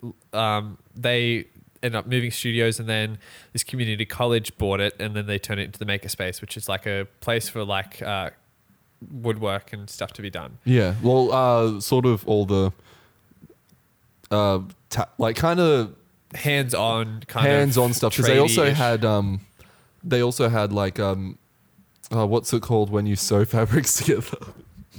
S1: then um, they ended up moving studios, and then this community college bought it, and then they turned it into the makerspace, which is like a place for like uh, woodwork and stuff to be done.
S2: Yeah, well, uh, sort of all the, uh, ta- like, kind of
S1: Hands on kind of
S2: hands on stuff because they also
S1: tradie-ish.
S2: had um, they also had like um, uh, what's it called when you sew fabrics together?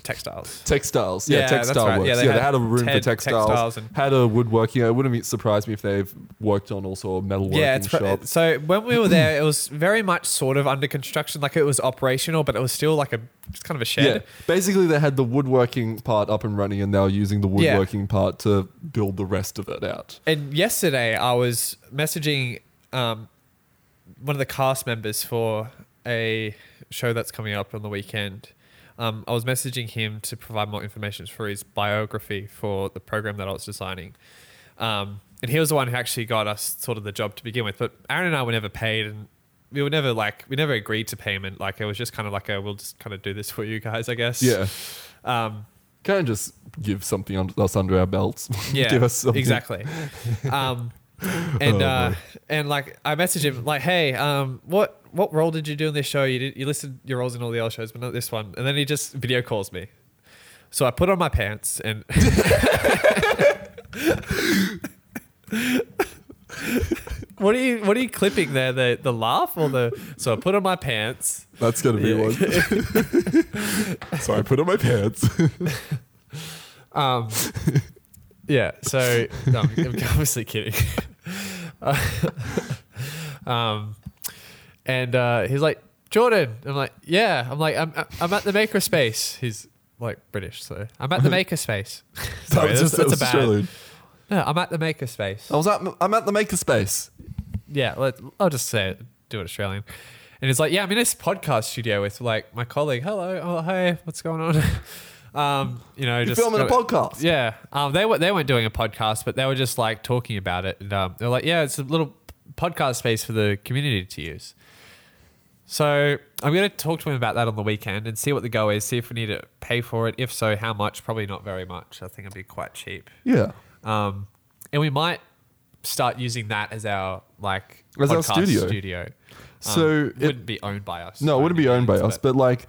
S1: textiles.
S2: Textiles, yeah,
S1: Yeah, that's
S2: textile
S1: right.
S2: works.
S1: Yeah,
S2: Yeah,
S1: they
S2: they,
S1: had
S2: had, a room for
S1: Ted
S2: textiles.
S1: textiles and-
S2: had a woodworking. It wouldn't be- surprise me if they've worked on also a metalworking
S1: Yeah, it's pro-
S2: shop.
S1: so when we were there, it was very much sort of under construction, like it was operational, but it was still like a just kind of a
S2: yeah,
S1: shed.
S2: basically they had the woodworking part up and running, and they were using the
S1: Yeah.
S2: woodworking part to build the rest of it out.
S1: And yesterday, I was messaging um, one of the cast members for a show that's coming up on the weekend. Um, I was messaging him to provide more information for his biography for the program that I was designing. Um, and he was the one who actually got us sort of the job to begin with. But Aaron and I were never paid, and we were never like we never agreed to payment. Like it was just kind of like a we'll just kind of do this for you guys, I guess.
S2: Yeah,
S1: Um,
S2: kind of just give something under, us under our belts.
S1: yeah,
S2: give us something. Oh,
S1: exactly. Um, and uh, and like I messaged him like, hey, um, what what role did you do in this show? You did, you listed your roles in all the other shows, but not this one. And then he just video calls me. So I put on my pants and what are you what are you clipping there? The the laugh or the so I put on my pants.
S2: That's gonna be one.
S4: So I put on my pants.
S1: Um, yeah, so no, I'm, I'm obviously kidding. Uh, um, and uh, he's like, Jordan. I'm like, yeah. I'm like, I'm, I'm at the makerspace. He's like British, so I'm at the makerspace. Sorry,
S2: That
S1: that's,
S2: was just-
S1: that's a
S2: that was
S1: bad.
S2: Australian.
S1: No, I'm at the makerspace.
S2: I was at, I'm at the makerspace.
S1: Yeah, let, I'll just say it, do it Australian. And he's like, yeah, I'm in this podcast studio with like my colleague. Hello, oh hey, what's going on? um, you know,
S2: You're
S1: just
S2: filming a
S1: got-
S2: podcast.
S1: yeah, um, they were they weren't doing a podcast, but they were just like talking about it, and um, they're like, "Yeah, it's a little podcast space for the community to use." So I'm going to talk to him about that on the weekend and see what the go is. See if we need to pay for it. If so, how much? Probably not very much. I think it'd be quite cheap,
S2: Yeah.
S1: um, and we might start using that as our like
S2: As our
S1: podcast
S2: studio.
S1: Um,
S2: So
S1: it
S2: it-
S1: wouldn't be owned by us.
S2: No, it wouldn't be owned by us,
S1: But
S2: but like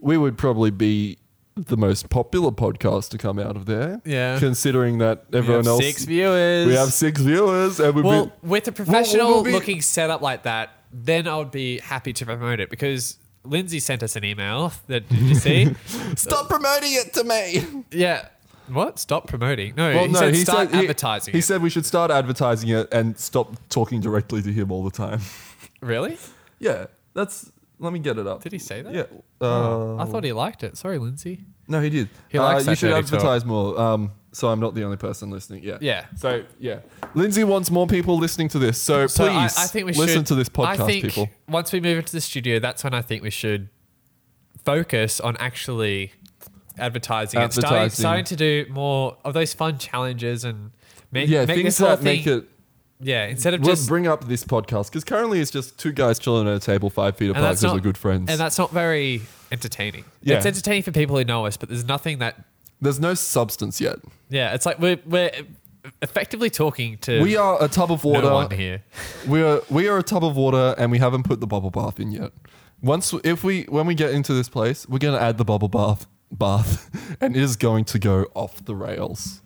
S2: we would probably be the most popular podcast to come out of there.
S1: Yeah.
S2: Considering that everyone else
S1: six viewers.
S2: We have six viewers and we've
S1: Well,
S2: been,
S1: with a professional looking setup like that, then I would be happy to promote it because Lindsay sent us an email that did you see?
S2: Stop promoting it to me.
S1: yeah. What? Stop promoting. No,
S2: Well,
S1: he
S2: no,
S1: said
S2: he
S1: start
S2: said he-
S1: advertising.
S2: He,
S1: it.
S2: said we should start advertising it and stop talking directly to him all the time.
S1: really?
S2: yeah. That's let me get it up.
S1: Did he say that?
S2: Yeah. Uh,
S1: I thought he liked it. Sorry, Lindsay.
S2: No, he did.
S1: He likes
S2: uh,
S1: that
S2: You should
S1: dirty talk.
S2: advertise more. Um, so I'm not the only person listening. Yeah.
S1: Yeah.
S2: So yeah, Lindsay wants more people listening to this. So,
S1: So I,
S2: please
S1: I think we
S2: listen
S1: should,
S2: to this podcast,
S1: I think
S2: people.
S1: Once we move into the studio, that's when I think we should focus on actually advertising, and starting,
S2: Advertising.
S1: starting to do more of those fun challenges and make,
S2: Yeah,
S1: make
S2: things
S1: this whole
S2: that make
S1: thing-
S2: it.
S1: yeah instead of
S2: We'll
S1: just
S2: bring up this podcast because currently it's just two guys chilling at a table five feet apart because we're good friends.
S1: And that's not very entertaining.
S2: Yeah.
S1: It's entertaining for people who know us, but there's nothing that.
S2: There's no substance yet.
S1: Yeah, it's like we're we're effectively talking to
S2: We are a tub of
S1: no
S2: water.
S1: one here.
S2: we are we are a tub of water, and we haven't put the bubble bath in yet. Once if we when we get into this place, we're gonna add the bubble bath bath, and it is going to go off the rails.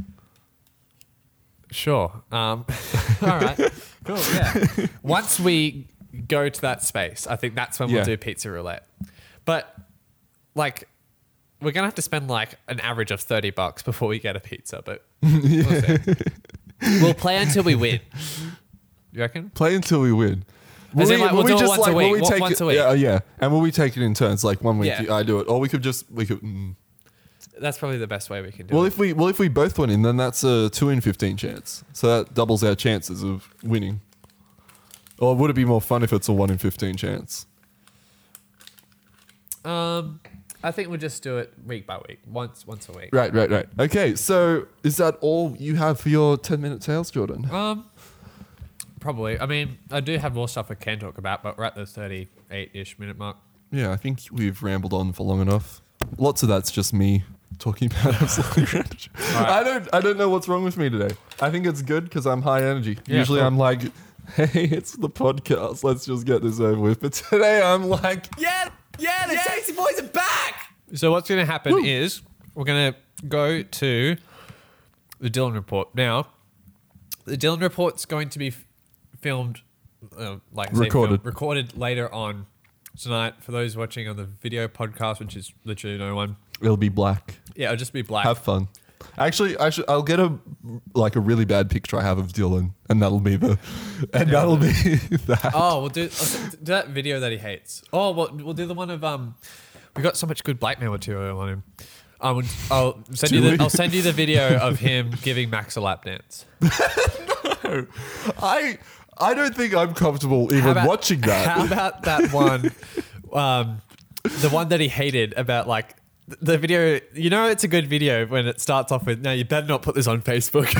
S1: Sure. Um, all right. Cool. Yeah. Once we go to that space, I think that's when
S2: Yeah.
S1: we'll do pizza roulette. But like, we're gonna have to spend like an average of thirty bucks before we get a pizza. But we'll, see. we'll play until we win. You reckon?
S2: Play until we win.
S1: As in, like, we'll do it once a
S2: will
S1: week,
S2: we
S1: wa-
S2: take
S1: once
S2: it,
S1: a week.
S2: Yeah, yeah. And will we take it in turns? Like one week
S1: Yeah.
S2: you- I do it, or we could just we could. Mm.
S1: That's probably the best way we can do
S2: Well,
S1: it.
S2: if we well if we both went in, then that's a two in fifteen chance. So that doubles our chances of winning. Or would it be more fun if it's a one in fifteen chance?
S1: Um, I think we'll just do it week by week, once once a week.
S2: Right, right, right. Okay, so is that all you have for your ten minute sales, Jordan?
S1: Um, probably. I mean, I do have more stuff I can talk about, but we're at the thirty-eight-ish minute mark.
S2: Yeah, I think we've rambled on for long enough. Lots of that's just me talking about absolutely random. I don't I don't know what's wrong with me today. I think it's good because I'm high energy.
S1: Yeah,
S2: Usually
S1: cool.
S2: I'm like, hey, it's the podcast. Let's just get this over with. But today I'm like,
S3: Yeah, yeah, the sexy boys are back.
S1: So what's going to happen is we're going to go to the Dylan report now. The Dylan report's going to be f- filmed, uh, like I say,
S2: Recorded.
S1: filmed- recorded later on tonight for those watching on the video podcast, which is literally no one.
S2: It'll be black.
S1: Yeah, it'll just be black.
S2: Have fun. Actually, I should. I'll get a like a really bad picture I have of Dylan, and that'll be the, and that'll be that.
S1: Oh, we'll do, oh, do that video that he hates. Oh, we'll, we'll do the one of um. We got so much good blackmail material on him. I would, I'll send you.
S2: Do
S1: The,
S2: we?
S1: I'll send you the video of him giving Max a lap dance.
S2: I I don't think I'm comfortable even
S1: How about-
S2: watching that.
S1: How about that one? um, the one that he hated about like th- the video. You know, it's a good video when it starts off with, "Now you better not put this on Facebook."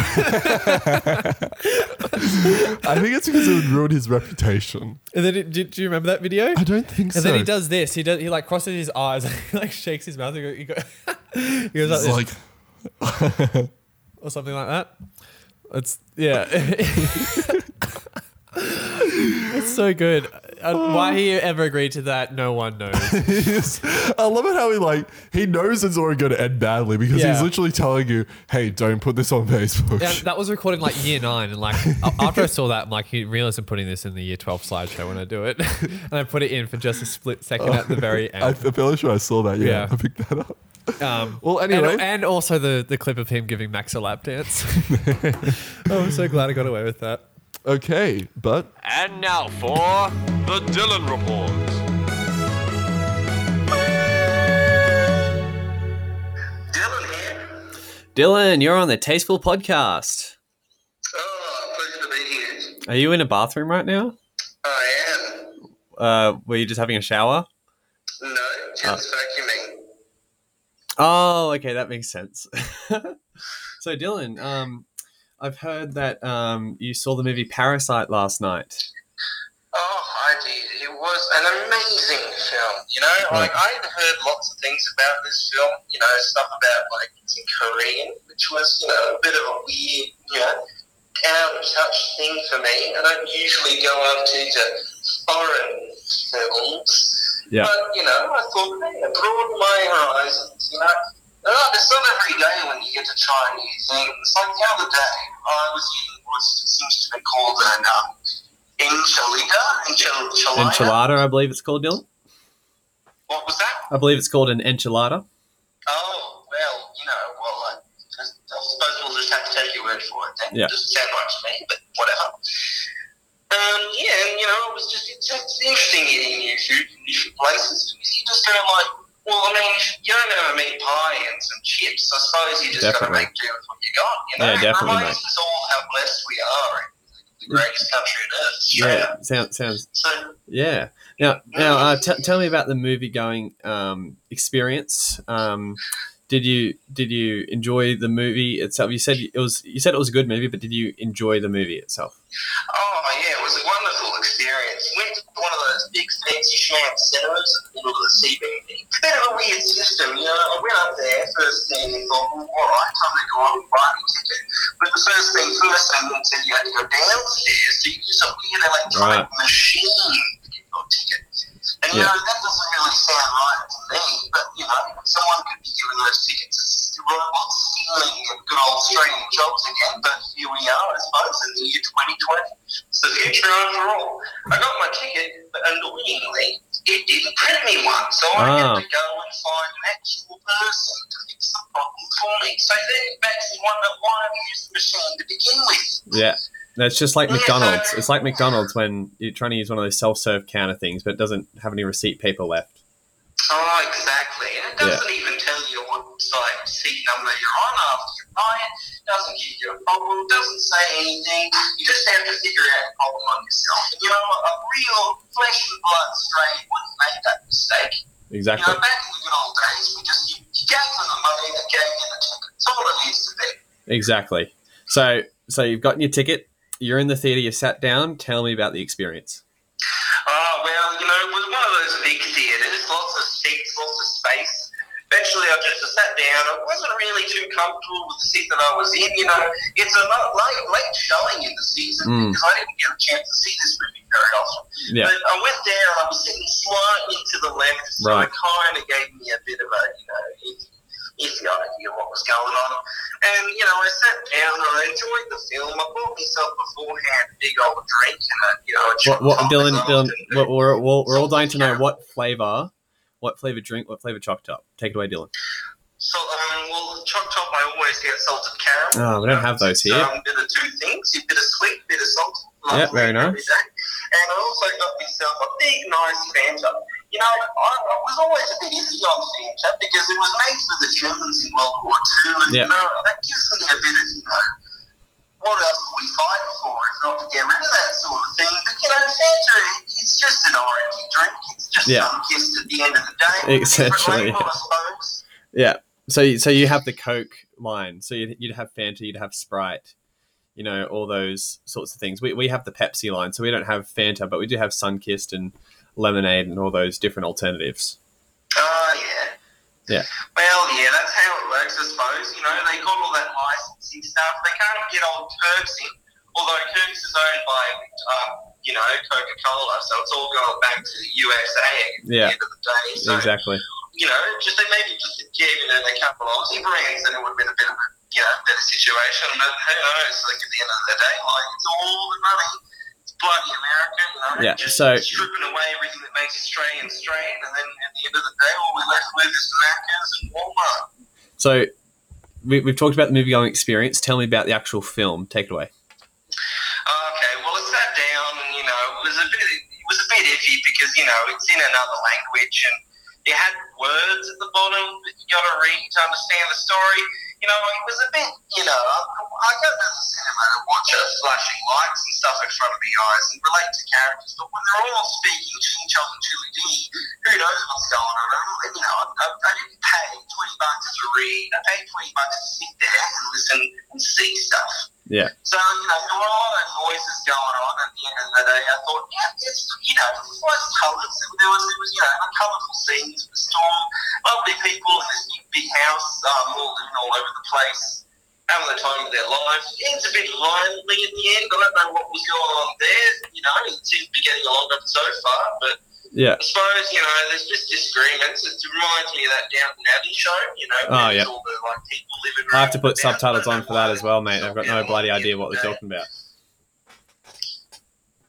S2: I think it's because it would ruin his reputation.
S1: and then, it, do, do you remember that video?
S2: I don't think
S1: And
S2: so.
S1: then he does this. He does. He like crosses his eyes. He like shakes his mouth. He goes, he go- he goes like,
S4: It's
S1: this,
S4: like,
S1: or something like that. It's yeah. it's so good. Uh, why he ever agreed to that, no one knows.
S2: I love it how he like he knows it's already going to end badly because
S1: Yeah.
S2: he's literally telling you, "Hey, don't put this on Facebook."
S1: Yeah, that was recorded in like year nine, and like a- after I saw that, I'm like, you realize I'm putting this in the year twelve slideshow when I do it, and I put it in for just a split second at the very
S2: I, I'm
S1: end.
S2: fairly sure I saw that. Yeah,
S1: Yeah.
S2: I picked that up.
S1: Um,
S2: Well,
S1: and-
S2: anyway,
S1: and, also the the clip of him giving Max a lap dance. oh, I'm so glad I got away with that.
S2: okay, but
S5: And now for the Dylan Report.
S7: Dylan here.
S3: Dylan, you're on the Tasteful Podcast.
S7: Oh, pleasure to be here.
S3: Are you in a bathroom right now?
S7: I am.
S3: Uh, were you just having a shower?
S7: No, just vacuuming.
S3: Oh, okay, that makes sense. so, Dylan, um, I've heard that um, you saw the movie Parasite last night.
S7: Oh, I did. It was an amazing film. You know, like I had heard lots of things about this film. You know, stuff about like it's in Korean, which was you know a bit of a weird, you know, out of touch thing for me. I don't usually go on to the foreign films,
S3: Yeah.
S7: but you know, I thought, hey, it broadened my horizons. You know. Oh, it's not every day when you get to try new things. Like the other day, I was eating what seems to be called an um, enchilada. Enchil- enchilada.
S3: Enchilada, I believe it's called, Dylan.
S7: What was that?
S3: I believe it's called an enchilada.
S7: Oh, well, you know, well, I, I suppose we'll just have to take your word for it then.
S3: Yeah.
S7: It doesn't sound right to me, but whatever. Um, yeah, and, you know, it was just, it's, it's interesting eating new food in different places because you just go like, well, I mean, if you don't have a meat pie and some chips, I suppose you just got to
S3: Definitely.
S7: make do with what you got, you know?
S3: Yeah, definitely,
S7: Reminds us all how blessed we are in the greatest country on earth, Australia.
S3: Yeah, sounds sounds
S7: So,
S3: yeah. Now, now, uh, t- tell me about the movie going um, experience. Um, did you did you enjoy the movie itself? You said it was you said it was a good movie, but did you enjoy the movie itself?
S7: oh, yeah, it was a wonderful experience. Went to one of those big fancy schmancy cinemas in the middle of the CBD. Bit of a weird system, you know. I went up there first thing and thought, well, all right, time to go on and buy a ticket. But the first thing first, they said you had to go downstairs to use a weird electronic machine to get your ticket. And, you
S3: Yeah.
S7: know, that doesn't really sound right to me, but, you know, someone could be giving those tickets as robots stealing of good old Australian jobs again, but here we are, I suppose, in the year 2020. It's the future after all. I got my ticket, but annoyingly, it didn't print me one, so I
S3: Ah.
S7: had to go and find an actual person to fix the problem for me. So then it makes me wonder why I used the machine to begin with.
S3: Yeah. That's just like McDonald's. It's like McDonald's when you're trying to use one of those self serve counter things, but it doesn't have any receipt paper left.
S7: Oh, exactly. And it doesn't even tell you what site seat number you're on after you buy it. Doesn't give you a problem. Doesn't say anything. You just have to figure out the problem on yourself. And you know, a real flesh and blood Australian wouldn't make that mistake. You
S3: Exactly.
S7: know, back in the good old days, we just you, you gave them the money and gave them the ticket. That's all it needs to be.
S3: Exactly. So so you've gotten your ticket, you're in the theater, you sat down, tell me about the experience.
S7: Oh, well, you know, it was one of those big theatres, lots of seats, lots of space. Eventually, I just sat down. I wasn't really too comfortable with the seat that I was in. You know, it's a lo- late, late showing in the season
S3: Mm.
S7: because I didn't get a chance to see this movie very often.
S3: Yeah.
S7: But I went there and I was sitting slightly to the left, so
S3: Right.
S7: it kind of gave me a bit of a, you know, iffy, iffy idea what was going on. And, you know, I sat down and I enjoyed the film. I bought myself beforehand a big old drink and a, you know, a
S3: What, what Dylan Dylan what, we're, we're, we're all dying to know
S7: Yeah.
S3: what flavor what flavour drink, what flavour choc top. Take it away, Dylan.
S7: So, um, well, chop chop, I always get salted caramel.
S1: Oh, we don't have those
S7: So,
S1: here.
S7: um, bit of two things, a bit of sweet, bit of salt.
S1: Yeah, very
S7: Lovely
S1: nice.
S7: every day. And I also got myself a big, nice Fanta. You know, I, I was always a bit iffy on Fanta because it was made for the Germans in World War Two, and
S1: Yeah.
S7: you know, that gives me a bit of, you know, what else are we fighting for if not to get rid of that sort of thing? But you know, Fanta, it's just an orange drink. It's just
S1: Yeah.
S7: sun kissed at the end of the day.
S1: Essentially,
S7: Different label,
S1: yeah.
S7: I suppose.
S1: Yeah. So you- so you have the Coke line. So you'd, you'd have Fanta, you'd have Sprite, you know, all those sorts of things. We, we have the Pepsi line, so we don't have Fanta, but we do have Sunkist and lemonade and all those different alternatives.
S7: Oh, yeah.
S1: Yeah.
S7: Well, yeah, that's how it works, I suppose. You know, they got all that licensing stuff. They can't get old Kirk's in, although Kirk's is owned by, um, you know, Coca Cola, so it's all going back to the USA at
S1: Yeah.
S7: the end of the day. So,
S1: Exactly.
S7: you know, just they maybe just give you know, a couple of Aussie brands and it would have been a bit of a, you know, better situation. But who knows? Like, at the end of the day, like, it's all the money. It's bloody America, you know?
S1: Yeah,
S7: Just
S1: so-
S7: stripping away everything that makes Australian Australian, and then at the end of the day, all we're left with is Macca's and Walmart.
S1: So we, we've talked about the movie going experience. Tell me about the actual film. Take it away.
S7: Okay, well, it sat down, and you know, it was a bit, it was a bit iffy because you know it's in another language, and it had words at the bottom that you got to read to understand the story. You know, it was a bit, you know, I, I go to the cinema to watch a flashing lights and stuff in front of my eyes and relate to characters, but when they're all speaking ching chong and chili dee, who knows what's going on? I don't, you know, I, I didn't pay twenty bucks to read. I paid twenty bucks to sit there and listen and see stuff.
S1: Yeah.
S7: So, you know, there were a lot of noises going on at the end of the day. I thought, yeah, it's, you know, it was colours. There was, it was, you know, the colourful scenes of the storm. Lovely people in this big, big house, um, all living all over the place, having the time of their lives. It's a bit lonely at the end. I don't know what was going on there. You know, it seems to be getting along up so far, but
S1: Yeah.
S7: I suppose, you know, there's just disagreements. It reminds me of that Downton Abbey show, you know.
S1: Oh,
S7: there's
S1: yeah.
S7: All the, like, people living
S1: I have to put
S7: around the
S1: subtitles
S7: mountain.
S1: on for that as well, mate. I've got no bloody idea what they're talking about.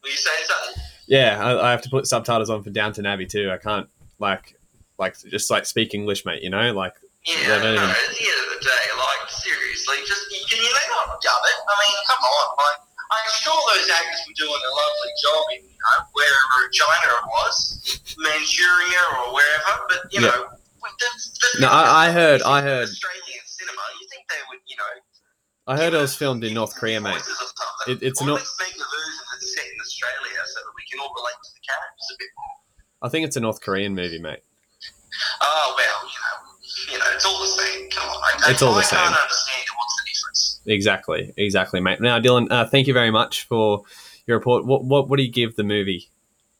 S7: Were you saying something?
S1: Yeah, I, I have to put subtitles on for Downton Abbey too. I can't like like just like speak English, mate. You know, like
S7: Yeah,
S1: They don't
S7: no,
S1: even-
S7: at the end of the day, like, seriously, just, can you let not dub it? I mean, come on, like, I'm sure those actors were doing a lovely job in, you know, wherever China it was, Manchuria or wherever, but, you
S1: Yeah.
S7: know, with the, the,
S1: No, I- I heard- I heard.
S7: Australian cinema, you think they would, you know...
S1: I heard it was filmed in North Korea, mate.
S7: voices or something.
S1: It- it's
S7: Or
S1: not-
S7: Let's make a version that's set in Australia so that we can all relate to the characters a bit more.
S1: I think it's a North Korean movie, mate.
S7: Oh, well, you know, you know, it's all the same. Come on, I,
S1: It's all the
S7: I
S1: same.
S7: can't understand it. What's the difference?
S1: Exactly, exactly, mate. Now, Dylan, uh, thank you very much for your report. What what what do you give the movie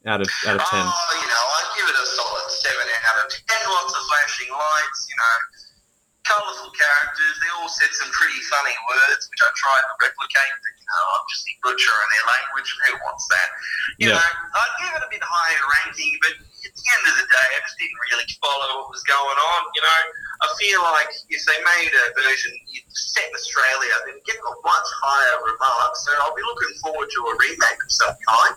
S1: out of out of ten?
S7: Oh, you know, I'd give it a solid seven out of ten. Lots of flashing lights, you know, colourful characters. They all said some pretty funny words, which I tried to replicate. But you know, I'm just a butcher in their language. Who wants that? You
S1: Yeah.
S7: know, I'd give it a bit higher ranking, but at the end of the day, I just didn't really follow what was going on. You know, I feel like if they made a version set in Australia, then get a much higher remark. So I'll be looking forward to a remake of some kind.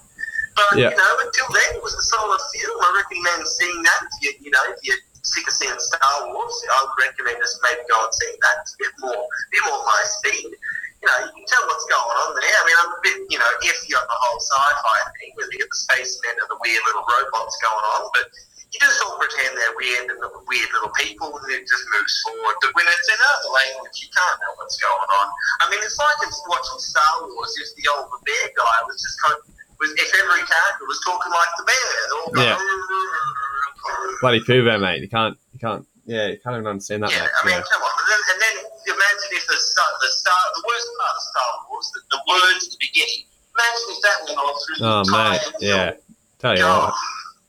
S7: But
S1: Yeah.
S7: you know, until then, it was a solid film. I recommend seeing that. If you, you know, if you're sick of seeing Star Wars, I would recommend just maybe go and see that. It's a bit more, bit more my speed. You know, you can tell what's going on there. I mean, I'm a bit, you know, iffy on the whole sci-fi thing with the spacemen and the weird little robots going on, but. You just all pretend they're weird and little- weird little people, and it just moves forward. But when it's in another language, you can't know what's going on. I mean, it's like it's watching Star Wars if the old bear guy was just kind of was if every character was talking like the bear. They're all going,
S1: Yeah. Bloody poo bear, mate. You can't you can't yeah you can't even understand that,
S7: yeah,
S1: mate.
S7: I mean,
S1: Yeah.
S7: come on. And then, and then imagine if the star, the star, the worst part of Star Wars, the, the words at the beginning. Imagine if that went on through the
S1: Oh,
S7: entire
S1: mate. Yeah. Tell you
S7: film.
S1: what.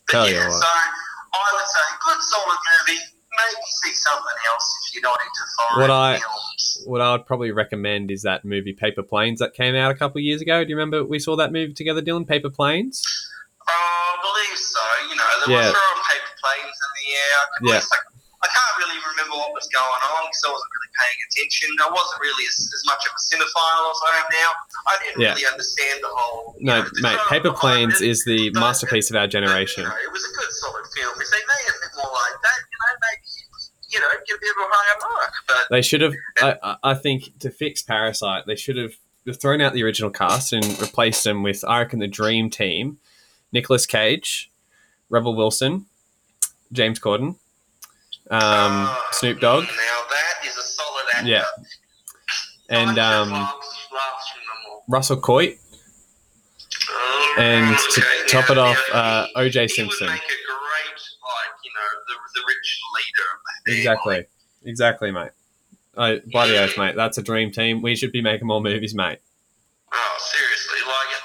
S1: Tell
S7: But
S1: you
S7: yeah,
S1: what.
S7: so I would say good solid movie. Maybe see something else if you're not into foreign
S1: What I-
S7: films.
S1: What I would probably recommend is that movie Paper Planes that came out a couple of years ago. Do you remember we saw that movie together, Dylan? Paper Planes.
S7: Oh, I believe so. You know, they
S1: Yeah.
S7: were throwing paper planes in the air. I could-
S1: Yeah.
S7: it's like- I can't really remember what was going on because I wasn't really paying attention. I wasn't really as, as much of a cinephile as I am now. I didn't
S1: Yeah.
S7: really understand the whole. you
S1: No,
S7: know, the
S1: mate.
S7: drama
S1: Paper
S7: behind
S1: Planes
S7: it.
S1: is the
S7: But-
S1: masterpiece of our
S7: but, you
S1: generation.
S7: know, it was a good solid film. If they made it a bit more like that, you know, maybe you know, get a bit of a higher mark. But
S1: They should have. I, I- I think to fix Parasite, they should have thrown out the original cast and replaced them with I reckon the dream team: Nicolas Cage, Rebel Wilson, James Corden, um,
S7: Ah,
S1: Snoop Dogg,
S7: Now that is a solid actor.
S1: yeah, and
S7: I
S1: um,
S7: just laughs- laughs from them all.
S1: Russell Coit,
S7: Oh,
S1: and to
S7: okay,
S1: top
S7: now-
S1: it off,
S7: now
S1: uh,
S7: he-
S1: O.J.
S7: he would
S1: Simpson.
S7: make a great, like, you know, the, the rich leader. of the family.
S1: Exactly, exactly, mate. I, bloody oath, mate. That's a dream team. We should be making more movies, mate.
S7: Oh, seriously, like,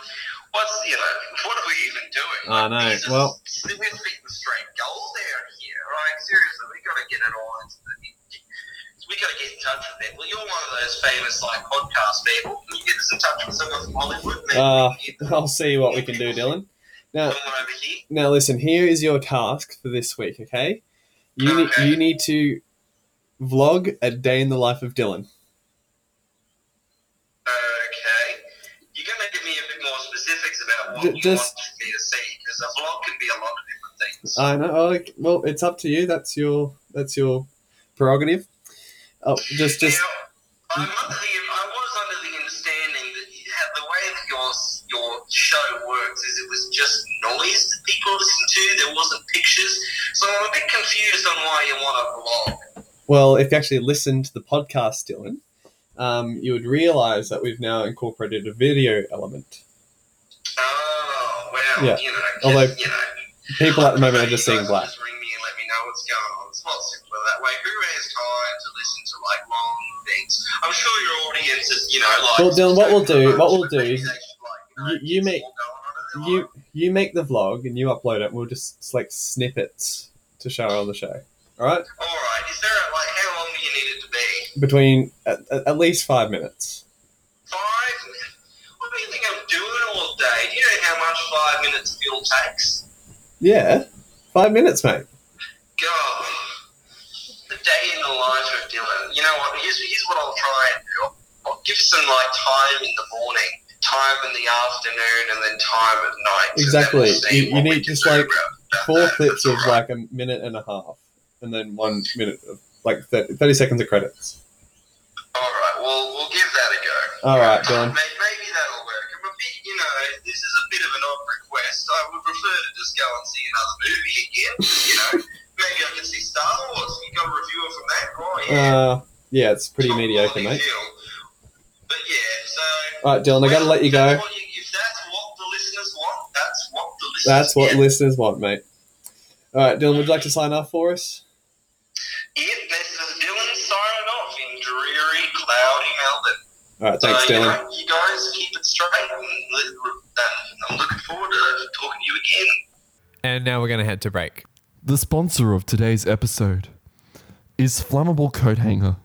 S7: what's you know, what are we even doing?
S1: I know,
S7: Jesus,
S1: well-
S7: we're beating straight gold out here, right? Seriously, we got to get it all into the. We got to get in touch with them. Well, you're one of those famous like podcast people. Can you get us in touch with someone from Hollywood? Maybe
S1: Uh,
S7: we can get
S1: I'll see what we can do, Dylan. Now,
S7: someone over here.
S1: Now listen, here is your task for this week, okay? You ne-
S7: Okay.
S1: you need to vlog a day in the life of Dylan.
S7: Okay, you're going to give me a bit more specifics about what
S1: Ju-
S7: you
S1: just-
S7: want me to see because a vlog can be a lot of different things.
S1: I know. oh, like, well, it's up to you. That's your that's your prerogative. Oh, just just
S7: Now, I'm under the, I was under the understanding that you had, the way that your your show works is it was just noise that people listen to. There wasn't pictures, so I'm a bit confused on why you want a vlog.
S1: well, if you actually listen to the podcast, Dylan, um, you would realize that we've now incorporated a video element.
S7: Oh well,
S1: Yeah.
S7: you know,
S1: Although-
S7: you know.
S1: People at the moment are just
S7: You
S1: seeing
S7: guys
S1: black.
S7: Just ring me and let me know what's going on. It's a lot simpler that way. Who has time to listen to like long things? I'm sure your audience is, you know, like.
S1: Well, Dylan, what we'll do- what we'll
S7: Maybe
S1: do
S7: they
S1: is
S7: should, like, know,
S1: you- you
S7: what's
S1: make-
S7: all going on in their
S1: You you make the vlog and you upload it. and We'll just select snippets to show on the show. All right.
S7: All right. Is there a, like how long do you need it to be?
S1: between at, at at least five minutes.
S7: Five. minutes? What do you think I'm doing all day? Do you know how much five minutes fuel takes?
S1: Yeah, five minutes, mate.
S7: God. The day in the life of Dylan. You know what? Here's, here's what I'll try and do. I'll give some like time in the morning, time in the afternoon, and then time at night. and then
S1: Exactly.
S7: we'll see
S1: You-
S7: what
S1: you
S7: we
S1: need
S7: can
S1: just,
S7: do
S1: like,
S7: about- about
S1: Four
S7: that.
S1: clips of
S7: That's all right.
S1: like a minute and a half, and then one minute of like thir- thirty seconds of credits.
S7: All right. Well, we'll give that a go.
S1: All right, Dylan.
S7: Maybe, maybe that'll work. I'm a bit, you know, this is a bit of an odd request. I would prefer to just go and see another movie again, you know. Maybe I can see Star Wars. You got a reviewer from that? Oh, yeah.
S1: Uh, yeah, it's pretty
S7: Top
S1: mediocre,
S7: quality
S1: mate.
S7: film. But yeah, so...
S1: All right, Dylan, I gotta
S7: Well,
S1: let you
S7: that's
S1: go.
S7: what you- If that's what the listeners want, that's what the listeners
S1: That's what
S7: get.
S1: listeners want, mate. All right, Dylan, would you like to sign off for us?
S7: Yep, this is Dylan signing off in dreary, cloudy Melbourne.
S1: All right, thanks,
S7: so, you
S1: Dylan.
S7: know, You, guys keep it straight, and li- uh, I'm looking forward to talking to you again.
S6: And now we're going to head to break.
S2: The sponsor of today's episode is Flammable Coat Hanger.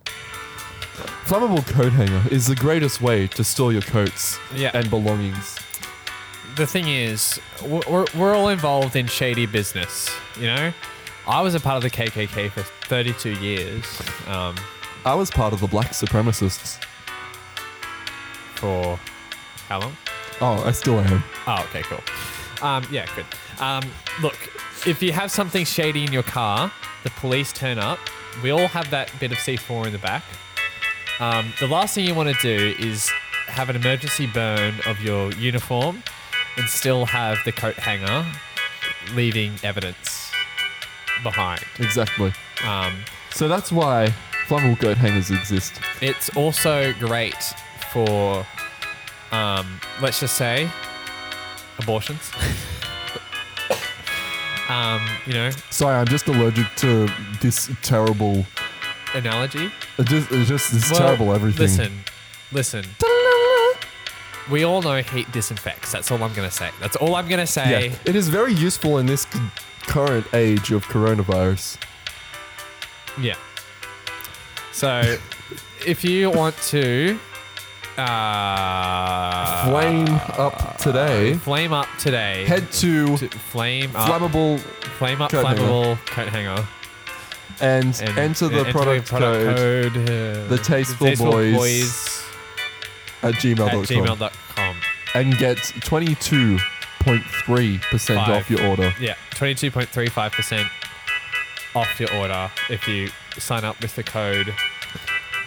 S2: Flammable Coat Hanger is the greatest way to store your coats
S6: Yeah.
S2: and belongings.
S6: The thing is, we're, we're- we're all involved in shady business, you know? I was a part of the KKK for 32 years um,
S2: I was part of the black supremacists.
S6: for how long?
S2: Oh, I still am.
S6: Oh, okay, cool. Um, yeah, good. Um, look, if you have something shady in your car, the police turn up. We all have that bit of C4 in the back. Um, the last thing you want to do is have an emergency burn of your uniform and still have the coat hanger, leaving evidence behind.
S2: Exactly.
S6: Um,
S2: So that's why flammable coat hangers exist.
S6: It's also great for, um, let's just say, abortions. um, you know,
S2: Sorry, I'm just allergic to this terrible,
S6: analogy.
S2: uh, just, uh, just this
S6: Well,
S2: terrible everything.
S6: Listen, listen. We all know heat disinfects. That's all I'm gonna say. That's all I'm gonna say.
S2: Yeah, it is very useful in this c- current age of coronavirus.
S6: Yeah. So, if you want to uh,
S2: Flame up today.
S6: flame up today,
S2: Head uh, to uh,
S6: to flame up,
S2: flammable
S6: flame up,
S2: coat hanger.
S6: flammable coat hanger.
S2: and,
S6: and
S2: enter
S6: and
S2: the product, code,
S6: code, uh,
S2: the Tasteful Boys at
S6: at
S2: gmail.com
S6: gmail.com.
S2: and get 22.3%
S6: Five.
S2: off your order.
S6: Yeah, 22.35% off your order if you sign up with the code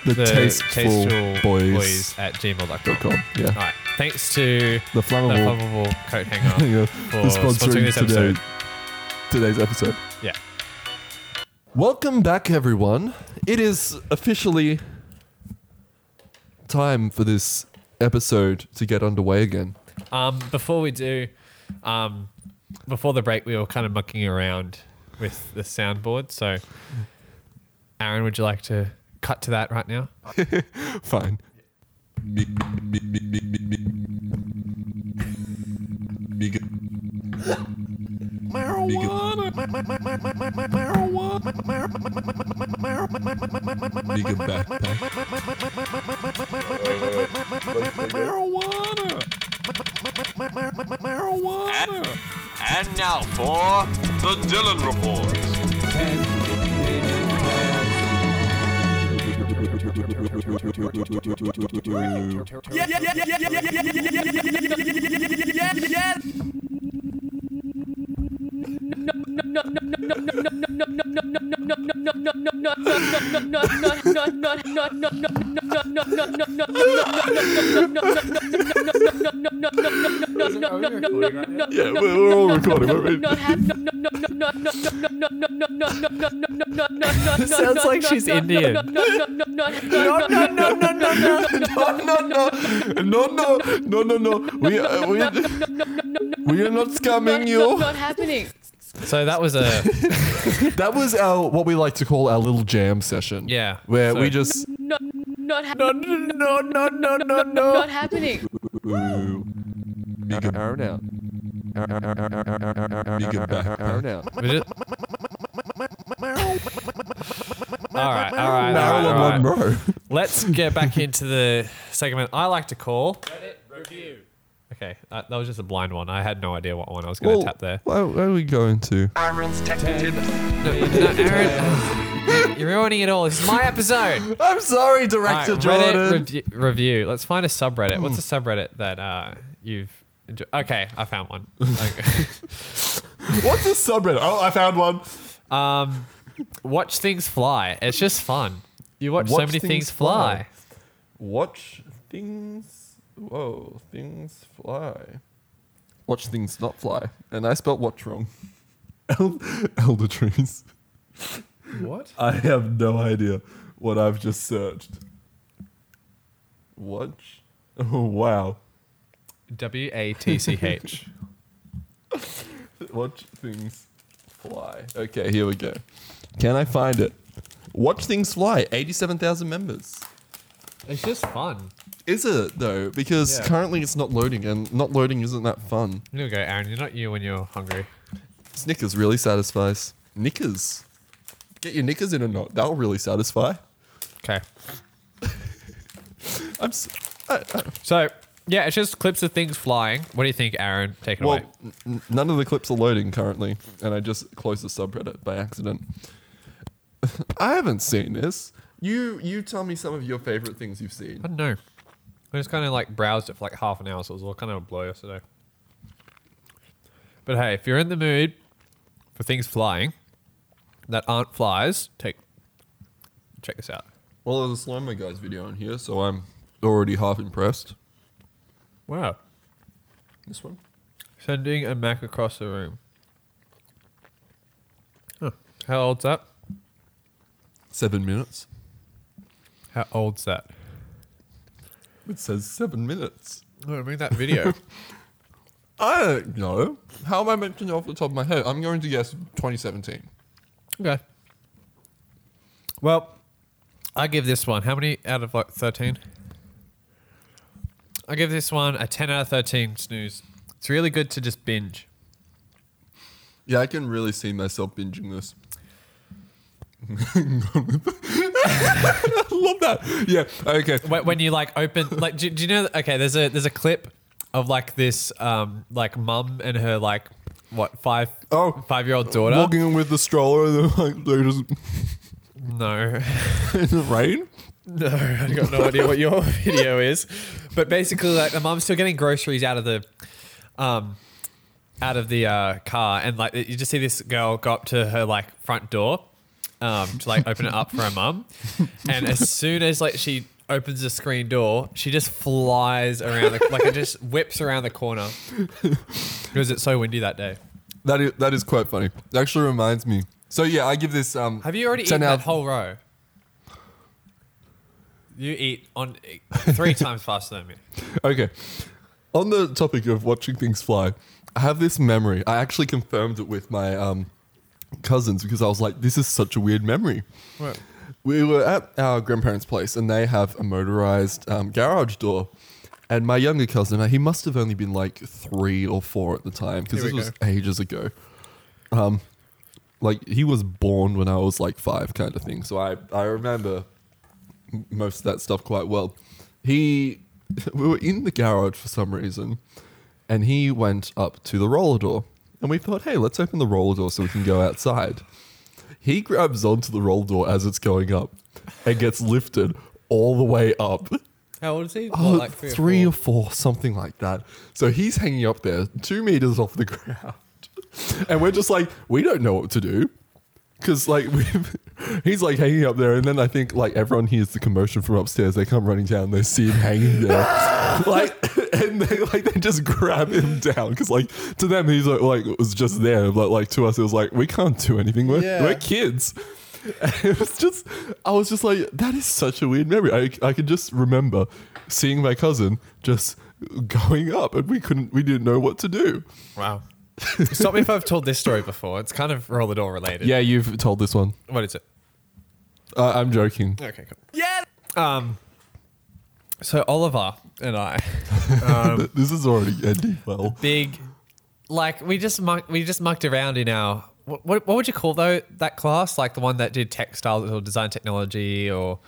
S2: The,
S6: the
S2: tasteful, boys.
S6: boys at gmail.com.
S2: dot com, Yeah.
S6: All right. Thanks to
S2: The
S6: the
S2: flammable.
S6: probable coat hanger
S2: yeah,
S6: for
S2: the
S6: sponsoring
S2: sponsoring
S6: this
S2: today,
S6: episode.
S2: today's episode.
S6: Yeah.
S2: Welcome back, everyone. It is officially time for this episode to get underway again.
S6: Um, before we do, um, before the break, we were kind of mucking around with the soundboard. So, Aaron, would you like to cut to that right now?
S2: Fine.
S5: And now for the Dylan Report.
S2: Yeah, we're, we're all recording. We're ready.
S6: Sounds like she's Indian.
S2: No, no, no, no, no, no, no, no. We, uh, we, we are not scamming you.
S10: Not happening.
S6: So that was a
S2: That was our what we like to call our little jam session.
S6: Yeah,
S2: where we
S6: so-
S2: just
S10: Not not happening.
S2: no, no, no, no,
S10: Not
S2: no.
S10: happening.
S2: Arrow down. Arrow down.
S6: We did- all right, all right, all right, all right.
S2: Marilyn Monroe.
S6: Let's get back into the segment I like to call. Reddit review. Okay, uh, that, that was just a blind one. I had no idea what one I was going to tap there.
S2: Where, where are we going to?
S6: You're ruining it all. This is my episode.
S2: I'm sorry,
S6: All right,
S2: Director
S6: Reddit
S2: Jordan.
S6: review, review. Let's find a subreddit. What's a subreddit that uh, you've enjoyed? Okay, I found one. Okay.
S2: What's this subreddit? Oh, I found one.
S6: um, watch things fly. It's just fun. You watch, so
S2: Watch
S6: many
S2: things
S6: things, fly.
S2: Watch things. Whoa, things fly. Watch things not fly. And I spelled watch wrong. El- Elder trees.
S6: What?
S2: I have no idea what I've just searched. Watch. Oh, wow.
S6: W A T C H.
S2: Watch things fly. Okay, here we go. Can I find it? Watch things fly. 87,000 members.
S6: It's just fun.
S2: Is it though? Because
S6: Yeah.
S2: currently it's not loading, and not loading isn't that fun.
S6: Here we go, Aaron. You're not you when you're hungry.
S2: Snickers really satisfies. Knickers. Get your knickers in a knot. That'll really satisfy.
S6: Okay.
S2: I'm. S- I, I,
S6: So, yeah, it's just clips of things flying. What do you think, Aaron? Take it
S2: well,
S6: away.
S2: n- n- none of the clips are loading currently, and I just closed the subreddit by accident. I haven't seen this. You you tell me some of your favorite things you've seen.
S6: I don't know. I just kind of like browsed it for like half an hour, so it was all kind of a blur yesterday. But hey, if you're in the mood for things flying that aren't flies, take check this out.
S2: Well, there's a slow mo guys video on here, so I'm already half impressed.
S6: Wow.
S2: This one.
S6: Sending a Mac across the room. Huh. How old's that?
S2: Seven minutes.
S6: How old's that?
S2: It says seven minutes.
S6: Oh, I mean that video.
S2: I don't know. How am I meant to know off the top of my head? I'm going to guess 2017.
S6: okay. Well, I give this one. How many out of like thirteen? I give this one a ten out of thirteen snooze. It's really good to just binge.
S2: Yeah, I can really see myself binging this. I love that. Yeah. Okay.
S6: When, when you like open, like, do, do you know? Okay, there's a there's a clip of like this, um, like mum and her like what five
S2: Oh.
S6: five year old daughter.
S2: Walking in with the stroller, and they're like they're just
S6: No,
S2: in the rain.
S6: no, I got no idea what your video is, but basically, like, the mum's still getting groceries out of the, um, out of the uh, car, and like you just see this girl go up to her like front door, um, to like open it up for her mum. And as soon as like she opens the screen door, she just flies around, the, like it just whips around the corner because it's so windy that day.
S2: That is, that is quite funny. It actually reminds me. So yeah, I give this. Um,
S6: Have you already
S2: 10
S6: eaten
S2: out-
S6: that whole row? You eat on three times faster than me.
S2: Okay. On the topic of watching things fly, I have this memory. I actually confirmed it with my um, cousins because I was like, this is such a weird memory.
S6: What?
S2: We were at our grandparents' place and they have a motorized um, garage door. And my younger cousin, he must have only been like three or four at the time because
S6: Here
S2: this
S6: we
S2: was
S6: go.
S2: ages ago. Um, like he was born when I was like five, kind of thing. So I, I remember most of that stuff quite well. He, we were in the garage for some reason, and he went up to the roller door, and we thought, hey, let's open the roller door so we can go outside. He grabs onto the roller door as it's going up, and gets lifted all the way up.
S6: How old is he?
S2: Oh,
S6: What, like three, or four.
S2: something like that. So he's hanging up there, two meters off the ground, and we're just like, we don't know what to do. Because like we've, he's like hanging up there, and then I think like everyone hears the commotion from upstairs. They come running down, they see him hanging there, like, and they like they just grab him down because like to them he's like, like it was just there, but like to us it was like we can't do anything. We're
S6: Yeah.
S2: we're kids. And it was just, I was just like, that is such a weird memory. I I could just remember seeing my cousin just going up, and we couldn't, we didn't know what to do.
S6: Wow. Stop me if I've told this story before. It's kind of roller door related.
S2: Yeah, you've told this one.
S6: What is it?
S2: Uh, I'm joking.
S6: Okay, cool. Yeah. Um. So Oliver and I,
S2: this is already ending well.
S6: big, like we just muck, we just mucked around in our what, what what would you call though that class like the one that did textiles or design technology or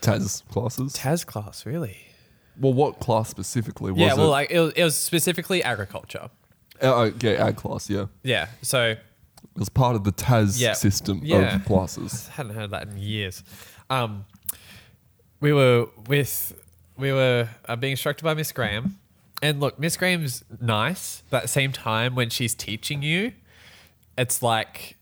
S2: Taz classes.
S6: Taz class really?
S2: Well, what class specifically was
S6: yeah. Well,
S2: it?
S6: like it was, it was specifically agriculture.
S2: uh, okay, ag class. Yeah, it
S6: Yeah. So
S2: was part of the Taz
S6: Yeah.
S2: system
S6: Yeah.
S2: of classes.
S6: hadn't heard that in years. Um, we were with we were uh, being instructed by Miss Graham, and look, Miss Graham's nice, but at the same time, when she's teaching you, it's like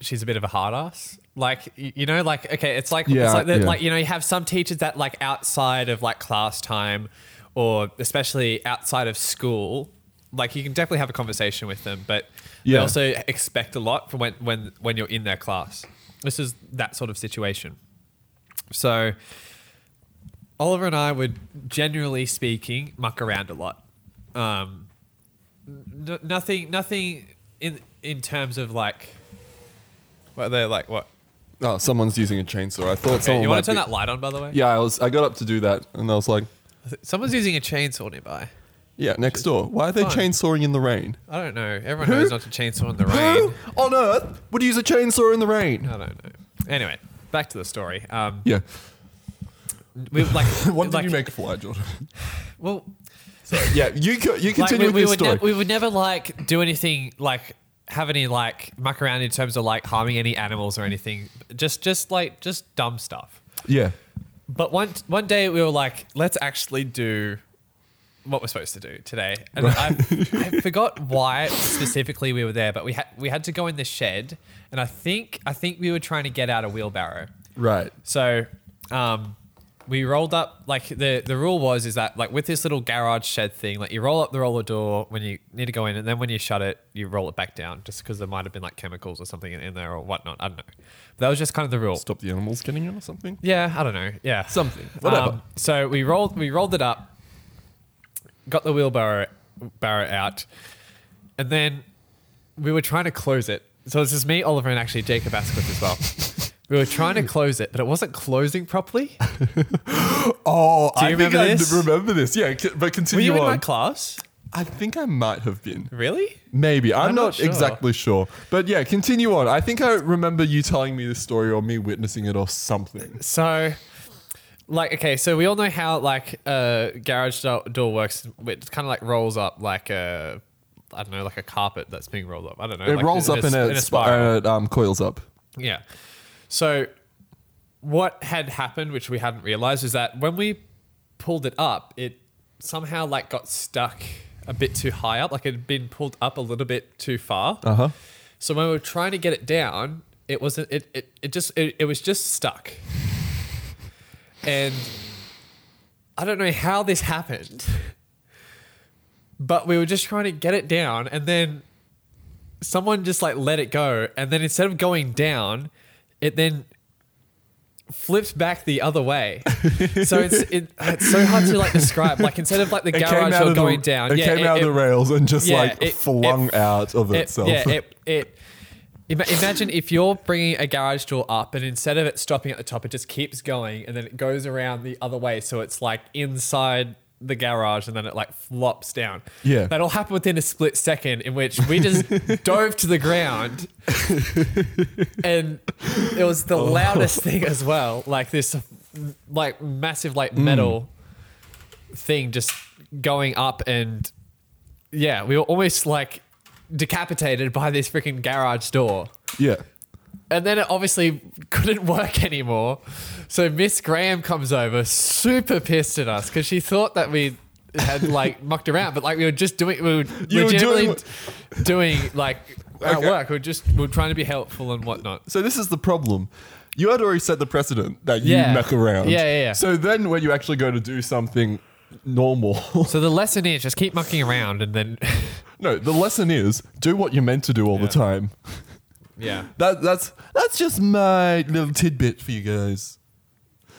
S6: she's a bit of a hard ass. Like y- you know, like okay, it's like
S2: Yeah,
S6: it's like, the,
S2: yeah.
S6: like you know, you have some teachers that like outside of like class time, or especially outside of school. Like you can definitely have a conversation with them, but
S2: Yeah.
S6: they also expect a lot from when when when you're in their class. This is that sort of situation. So Oliver and I would generally speaking muck around a lot. Um, n- nothing, nothing in in terms of like. What they're like? What?
S2: Oh, someone's using a chainsaw. I thought
S6: Hey,
S2: someone.
S6: you
S2: might
S6: want to turn
S2: be-
S6: that light on, by the way?
S2: Yeah, I was. I got up to do that, and I was like,
S6: Someone's using a chainsaw nearby.
S2: "Yeah, next door. Why are they
S6: Fine.
S2: chainsawing in the rain?
S6: I don't know. Everyone knows not to chainsaw in the rain.
S2: Who on earth would use a chainsaw in the rain?"
S6: I don't know. Anyway, back to the story. Um,
S2: Yeah.
S6: we like.
S2: What did
S6: like-
S2: you make a fly, Jordan?
S6: Well,
S2: yeah, you co- you
S6: like,
S2: continue
S6: we, we
S2: with your
S6: would
S2: story.
S6: nev- we would never like do anything like have any like muck around in terms of like harming any animals or anything. Just just like just dumb stuff.
S2: yeah.
S6: But one one day we were like, let's actually do what we're supposed to do today. And I, I forgot why specifically we were there, but we had we had to go in the shed, and I think I think we were trying to get out a wheelbarrow.
S2: Right.
S6: So, um, we rolled up like the the rule was is that like with this little garage shed thing, like you roll up the roller door when you need to go in, and then when you shut it, you roll it back down, just because there might have been like chemicals or something in, in there or whatnot. I don't know. But that was just kind of the rule.
S2: Stop the animals getting in or something.
S6: Yeah, I don't know. Yeah, Um,
S2: Something. Whatever.
S6: so we rolled, we rolled it up, got the wheelbarrow barrow out, and then we were trying to close it. So it's just me, Oliver, and actually Jacob Asquith as well. We were trying to close it, but it wasn't closing properly.
S2: Oh,
S6: Do you
S2: I
S6: remember
S2: think
S6: this?
S2: I remember this. Yeah, c- but
S6: Were
S2: continue
S6: you in
S2: on.
S6: my class?
S2: I think I might have been.
S6: Really?
S2: Maybe. I'm,
S6: I'm
S2: not,
S6: not sure.
S2: exactly sure. But yeah, continue on. I think I remember you telling me this story or me witnessing it or something.
S6: So, like, okay, so we all know how like a garage do- door works. It kind of like rolls up like a, I don't know, like a carpet that's being rolled up. I don't know.
S2: It
S6: like
S2: rolls up and
S6: s-
S2: it, sp- uh, it, um, coils up.
S6: Yeah. So what had happened, which we hadn't realized, is that when we pulled it up, it somehow like got stuck a bit too high up, like it had been pulled up a little bit too far.
S2: Uh huh.
S6: So when we were trying to get it down, It was it it, it just it, it was just stuck. And I don't know how this happened. But we were just trying to get it down and then someone just like let it go and then instead of going down, it then flipped back the other way. so it's it, it's so hard to like describe. Like instead of like the
S2: It came
S6: garage
S2: out
S6: door
S2: of the,
S6: going down.
S2: It
S6: yeah,
S2: came out of the rails and just
S6: yeah,
S2: like
S6: it- it-
S2: flung out of
S6: it-
S2: itself.
S6: Yeah, it, it, ima- imagine if you're bringing a garage door up and instead of it stopping at the top, it just keeps going and then it goes around the other way. So it's like inside the garage and then it like flops down.
S2: Yeah.
S6: That all happened within a split second in which we just dove to the ground and it was
S2: Oh.
S6: the loudest thing as well. Like this like massive like metal
S2: Mm.
S6: thing just going up and yeah, we were almost like decapitated by this freaking garage door.
S2: yeah.
S6: And then it obviously couldn't work anymore. So Miss Graham comes over, super pissed at us because she thought that we had like mucked around, but like we were just doing, we were
S2: You were
S6: legitimately
S2: doing
S6: doing, like at
S2: Okay.
S6: work. We were just we were trying to be helpful and whatnot.
S2: So this is the problem. You had already set the precedent that you
S6: Yeah.
S2: muck around.
S6: Yeah, yeah, yeah.
S2: So then when you actually go to do something normal,
S6: So the lesson is just keep mucking around and then
S2: no, the lesson is do what you're meant to do all the time.
S6: yeah.
S2: That that's that's just my little tidbit for you guys.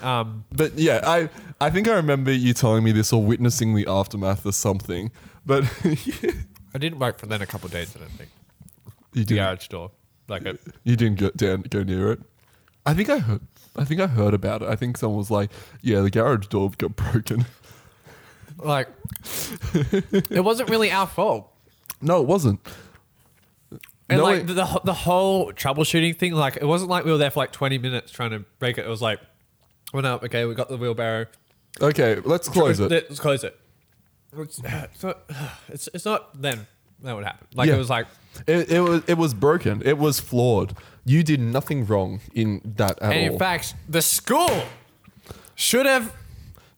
S6: Um,
S2: But yeah, I I think I remember you telling me this or witnessing the aftermath or something. But
S6: I didn't work for then a couple of days. I don't think
S2: you
S6: the
S2: didn't.
S6: garage door, like a,
S2: You didn't go down, go near it. I think I heard. I think I heard about it. I think someone was like, "Yeah, the garage door got broken."
S6: like it wasn't really our fault.
S2: No, it wasn't.
S6: And
S2: No,
S6: like
S2: it-
S6: the the wh- the whole troubleshooting thing, like it wasn't like we were there for like twenty minutes trying to break it. It was like, well, no, okay, we got the wheelbarrow.
S2: Okay, let's close it.
S6: Let's close it. It's it's not. It's, it's not then that would happen. Like
S2: Yeah.
S6: it was like,
S2: it. It was it was broken. It was flawed. You did nothing wrong in that at
S6: and
S2: all.
S6: in fact, the school should have.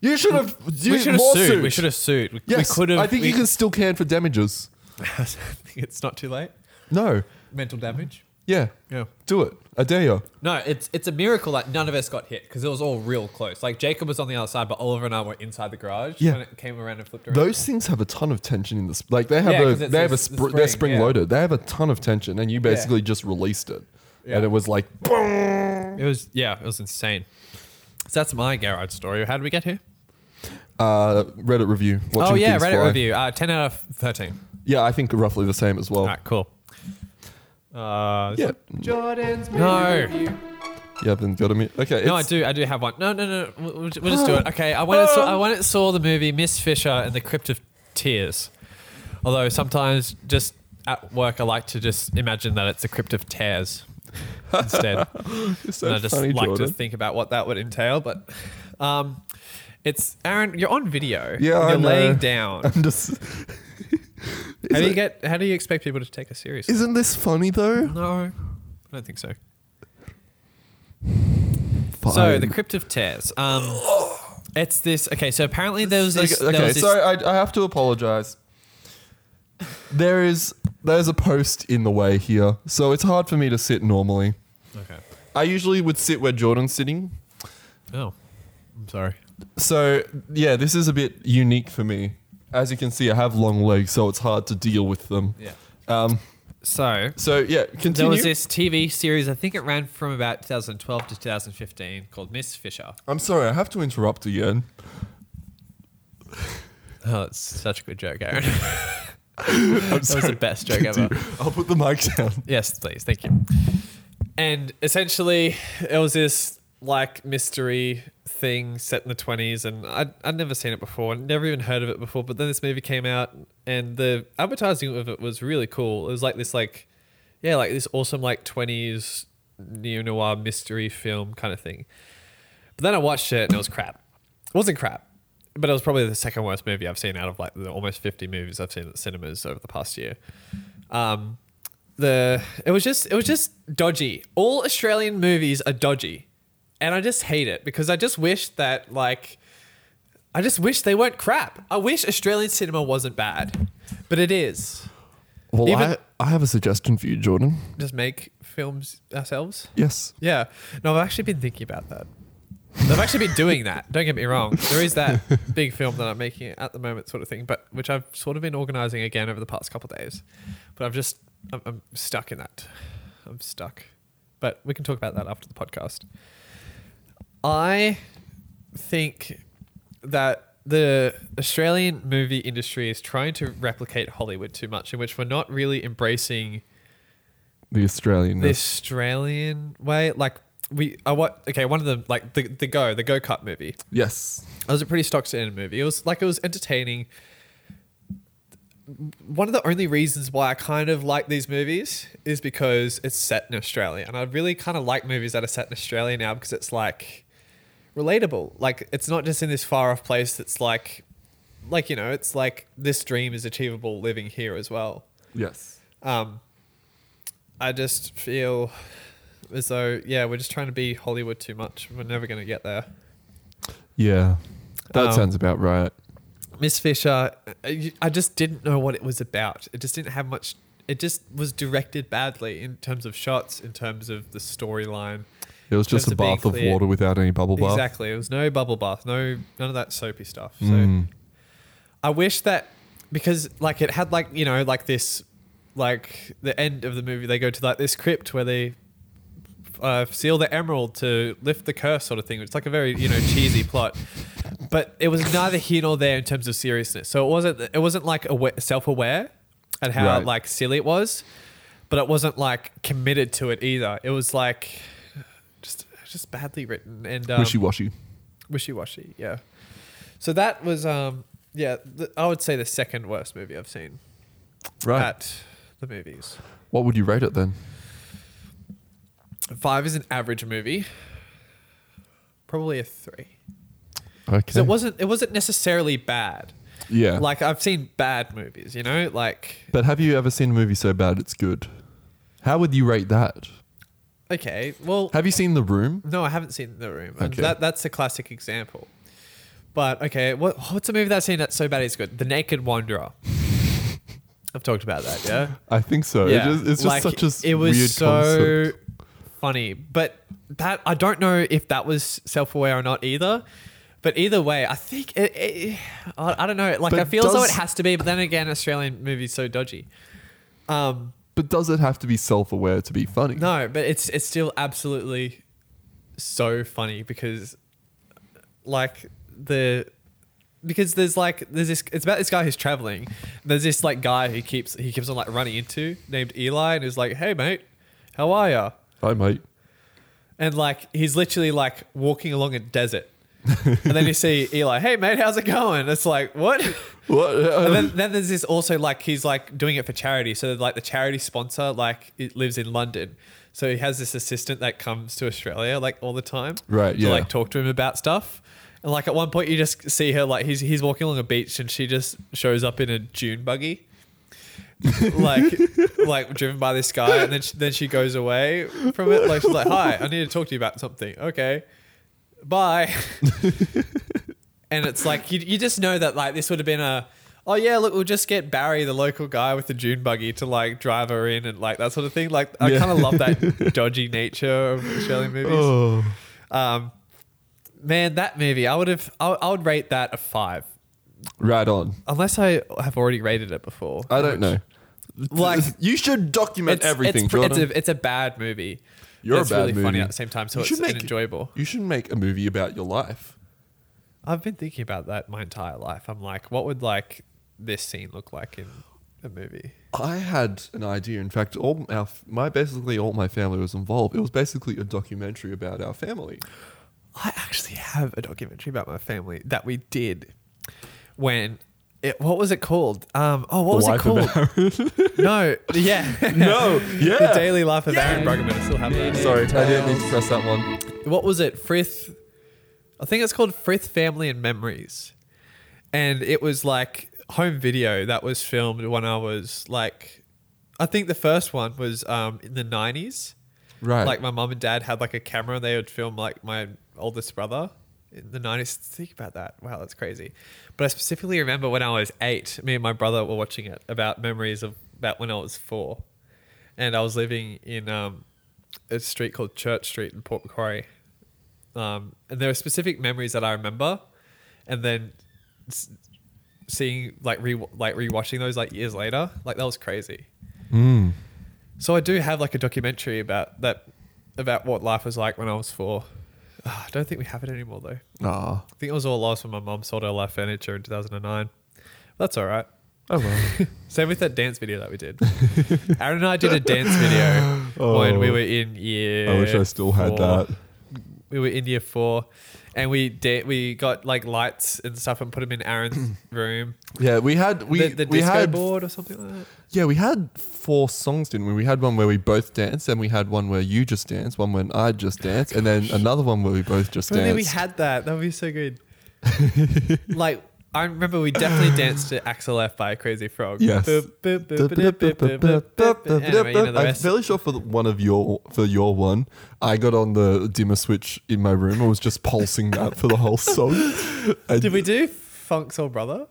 S2: you should have.
S6: We
S2: You
S6: should have
S2: lawsuit.
S6: sued. We should have sued. We,
S2: Yes,
S6: we could have.
S2: I think
S6: we,
S2: you can still can for damages.
S6: I think it's not too late.
S2: No.
S6: Mental damage.
S2: Yeah.
S6: Yeah.
S2: Do it. I dare you.
S6: No, it's it's a miracle that none of us got hit because it was all real close. Like Jacob was on the other side, but Oliver and I were inside the garage
S2: Yeah.
S6: when it came around and flipped around.
S2: Those things have a ton of tension in the sp- like they have
S6: Yeah,
S2: a
S6: 'cause it's
S2: they have a
S6: the s- the
S2: spr- they're
S6: spring,
S2: spring
S6: yeah.
S2: loaded. They have a ton of tension, and you basically just released it, and it was like
S6: It was yeah, it was insane. So that's my garage story. How did we get here?
S2: uh, Reddit review. Watching
S6: oh yeah,
S2: things
S6: Reddit
S2: fly.
S6: review. Uh, Ten out of thirteen.
S2: Yeah, I think roughly the same as well.
S6: All right, cool. Uh,
S2: Yeah,
S6: no,
S2: yeah, then got to me. Okay, it's,
S6: no, I do, I do have one. No, no, no, we'll, we'll ju- we'll just do it. Okay, I went, and saw, I went and saw the movie Miss Fisher and the Crypt of Tears. Although sometimes, just at work, I like to just imagine that it's a Crypt of Tears instead.
S2: It's so
S6: and I just
S2: funny,
S6: like
S2: Jordan.
S6: to think about what that would entail. But um, it's Aaron. You're on video.
S2: Yeah, I
S6: you're laying
S2: know.
S6: down.
S2: I'm just.
S6: how do you get? How do you expect people to take us seriously?
S2: Isn't this funny though?
S6: no, I don't think so.
S2: Fine.
S6: So the Crypt of Tears. Um, it's this. Okay, so apparently there was this.
S2: Okay,
S6: there
S2: okay,
S6: was this
S2: so I, I have to apologize. There is there's a post in the way here, so it's hard for me to sit normally.
S6: okay.
S2: I usually would sit where Jordan's sitting.
S6: Oh, I'm sorry.
S2: So yeah, this is a bit unique for me. As you can see, I have long legs, so it's hard to deal with them.
S6: Yeah.
S2: Um.
S6: So
S2: So yeah, continue.
S6: there was this TV series. I think it ran from about 2012 to 2015 called Miss Fisher.
S2: I'm sorry, I have to interrupt again.
S6: Oh, it's such a good joke, Aaron.
S2: I'm
S6: that was the best joke ever.
S2: I'll put the mic down.
S6: Yes, please. Thank you. And essentially, it was this like mystery thing set in the 20s, and I'd, I'd never seen it before, never even heard of it before. But then this movie came out, and the advertising of it was really cool. It was like this, like, yeah, like this awesome, like 20s neo noir mystery film kind of thing. But then I watched it, and it was crap. It wasn't crap, but it was probably the second worst movie I've seen out of like the almost 50 movies I've seen at cinemas over the past year um the it was just it was just dodgy all australian movies are dodgy and i just hate it because i just wish that like i just wish they weren't crap i wish australian cinema wasn't bad but it is
S2: Well,
S6: Even-
S2: I, I have a suggestion for you, Jordan.
S6: Just make films ourselves.
S2: Yes.
S6: Yeah. No, I've actually been thinking about that. I've actually been doing that. Don't get me wrong. There is that big film that I'm making at the moment, sort of thing, but which I've sort of been organizing again over the past couple of days. But I've just, I'm, I'm stuck in that. I'm stuck. But we can talk about that after the podcast. I think that the Australian movie industry is trying to replicate Hollywood too much, in which we're not really embracing
S2: The Australian.
S6: the Australian way. Like we, I what? Okay, one of them, like the the go, the go kart movie.
S2: Yes.
S6: It was a pretty stock standard movie. It was like it was entertaining. One of the only reasons why I kind of like these movies is because it's set in Australia, and I really kind of like movies that are set in Australia now because it's like relatable. Like it's not just in this far off place. That's like, like you know, it's like this dream is achievable living here as well.
S2: Yes.
S6: Um, I just feel as though yeah, we're just trying to be Hollywood too much. We're never going to get there.
S2: Yeah. That
S6: Um,
S2: sounds about right.
S6: Miss Fisher, I I just didn't know what it was about. It just didn't have much. It just was directed badly in terms of shots, in terms of the storyline.
S2: It was
S6: in terms
S2: just a
S6: of being
S2: bath of
S6: clear.
S2: water without any bubble bath.
S6: Exactly. It was no bubble bath, no none of that soapy stuff. So I wish that because like it had like, you know, like this like the end of the movie they go to like this crypt where they uh, seal the emerald to lift the curse sort of thing. It's like a very, you know, cheesy plot. But it was neither here nor there in terms of seriousness. So it wasn't it wasn't like awa- self-aware at how
S2: Right.
S6: like silly it was, but it wasn't like committed to it either. It was like just just badly written and um,
S2: Wishy washy.
S6: wishy washy. Yeah. So that was um yeah th- I would say the second worst movie I've seen
S2: Right.
S6: at the movies.
S2: What would you rate it then?
S6: Five is an average movie. Probably a three.
S2: Okay.
S6: Because it wasn't it wasn't necessarily bad.
S2: Yeah.
S6: Like I've seen bad movies, you know, like
S2: but have you ever seen a movie so bad it's good? How would you rate that?
S6: okay, well
S2: Have you seen The Room?
S6: no, I haven't seen The Room. And
S2: Okay.
S6: That that's a classic example. But okay, what what's a movie that I've seen that's so bad it's good? The Naked Wanderer. I've talked about that, yeah.
S2: I think so. It just, it's just
S6: like,
S2: such a s-
S6: it was
S2: weird
S6: so
S2: concept.
S6: funny, but that I don't know if that was self-aware or not either. But either way, I think it, it, I I don't know. Like
S2: But
S6: I feel as though
S2: does-
S6: it has to be, but then again, Australian movies so dodgy. Um,
S2: But does it have to be self-aware to be funny?
S6: no, but it's it's still absolutely so funny because like the because there's like there's this it's about this guy who's traveling. There's this like guy who keeps he keeps on like running into named Eli and is like, "Hey mate, how are ya?"
S2: I might.
S6: And like he's literally like walking along a desert. and then you see Eli, "Hey mate, how's it going?" It's like, "What?"
S2: What?
S6: And then, then there's this also like he's like doing it for charity. So like the charity sponsor like it lives in London, so he has this assistant that comes to Australia like all the time,
S2: Right,
S6: To
S2: yeah.
S6: like talk to him about stuff. And like at one point you just see her like he's he's walking along a beach and she just shows up in a dune buggy. like, like driven by this guy, and then she, then she goes away from it. Like she's like, "Hi, I need to talk to you about something." Okay, bye. and it's like you, you just know that like this would have been a oh yeah look we'll just get Barry the local guy with the June buggy to like drive her in and like that sort of thing like I
S2: Yeah.
S6: kind of love that dodgy nature of Australian movies
S2: oh.
S6: um man that movie I would have I, I would rate that a five
S2: Right on.
S6: unless I have already rated it before
S2: I don't know.
S6: like
S2: you should document
S6: it's,
S2: everything,
S6: it's, pr-
S2: Jordan.
S6: it's a, it's a bad movie
S2: You're a
S6: it's
S2: bad
S6: really
S2: movie.
S6: funny at the same time so it's enjoyable
S2: You should make a movie about your life.
S6: I've been thinking about that my entire life I'm like what would like this scene look like in a movie
S2: I had an idea. In fact, all our my basically all my family was involved. It was basically a documentary about our family.
S6: I actually have a documentary about my family that we did when it, what was it called? Um, oh, what was it called? no, yeah, no,
S2: yeah.
S6: the daily life of Aaron Bruggeman. I still have that.
S2: Sorry, I didn't mean to press that one.
S6: What was it? Frith. I think it's called Frith Family and Memories, and it was like home video that was filmed when I was like, I think the first one was um, in the nineties
S2: Right.
S6: like my mum and dad had like a camera they would film like my oldest brother
S1: in the 90s. Think about that. Wow, that's crazy. But I specifically remember when I was eight, me and my brother were watching it about memories of about when I was four. And I was living in um, a street called Church Street in Port Macquarie. Um, and there are specific memories that I remember. And then s- seeing, like, re- like rewatching those like years later, like, that was crazy. So I do have like a documentary about that, about what life was like when I was four. Ah, I don't think we have it anymore though.
S2: Ah,
S1: I think it was all lost when my mum sold her life furniture in 2009. That's all right.
S2: oh well.
S1: Same with that dance video that we did. Aaron and I did a dance video when we
S2: Oh.
S1: were in year.
S2: I wish I still had
S1: four.
S2: that.
S1: We were in year four, and we da- we got like lights and stuff and put them in Aaron's room.
S2: Yeah, we had we
S1: The, the
S2: we
S1: disco
S2: had
S1: board or something like that.
S2: yeah we had four songs, didn't we? We had one where we both danced, and we had one where you just danced, one when I just danced, and then another one where we both just
S1: If only
S2: danced.
S1: we had that. That would be so good. like I remember we definitely danced to Axel F by Crazy Frog.
S2: Yes.
S1: Boop, boop, boop, boop, boop, boop, boop, boop. Anyway, you know the
S2: I'm
S1: rest.
S2: fairly sure for the- one of your for your one, I got on the dimmer switch in my room and was just pulsing that for the whole song. And
S1: Did we do Funk Soul Brother?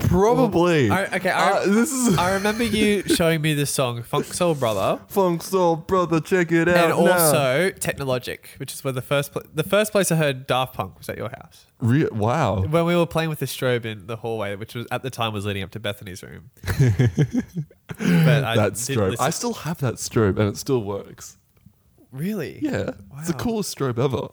S2: probably?
S1: I, okay, I,
S2: Uh, this is
S1: I remember you showing me this song, Funk Soul Brother,
S2: funk soul brother. Check it out.
S1: and
S2: now.
S1: also Technologic, which is where the first pl- the first place I heard Daft Punk was at your house.
S2: Re- wow.
S1: when we were playing with the strobe in the hallway, which was at the time was leading up to Bethany's room. but I
S2: That
S1: did
S2: strobe.
S1: listen-
S2: I still have that strobe and it still works.
S1: really,
S2: Yeah. It's the
S1: Wow.
S2: coolest strobe ever.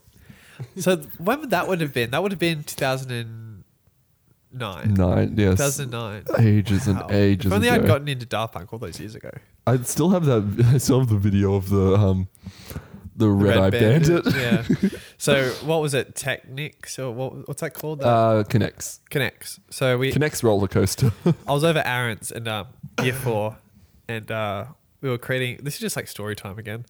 S1: So th- when would that would have been? That would have been 2009.
S2: Nine, yes.
S1: 2009.
S2: Ages and
S1: Wow.
S2: ages
S1: If only
S2: ago.
S1: I'd gotten into Daft Punk all those years ago.
S2: I still have that. I still have the video of the um, the red, eye bandit.
S1: Yeah. so what was it? Technics or what, what's that called? That
S2: Uh, connects.
S1: connects. So we.
S2: Connects roller coaster.
S1: I was over Aaron's in um, year four, and uh, we were creating. This is just like story time again.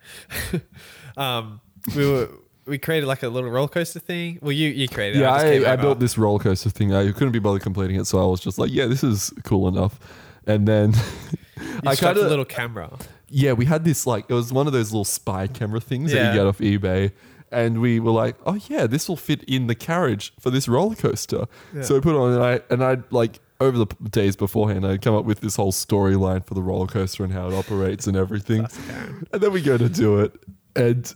S1: um, we were we created like a little roller coaster thing. Well, you you created. it,
S2: yeah,
S1: just came
S2: I, I
S1: over.
S2: built this roller coaster thing. I couldn't be bothered completing it, so I was just like, "Yeah, this is cool enough." And then
S1: You
S2: I
S1: strapped
S2: kind
S1: a
S2: of
S1: little camera.
S2: yeah, we had this like it was one of those little spy camera things that
S1: Yeah.
S2: you get off eBay, and we were like, "Oh yeah, this will fit in the carriage for this roller coaster." So we put it on, and I and I like over the p- days beforehand, I'd come up with this whole storyline for the roller coaster and how it operates and everything, and then we go to do it, and.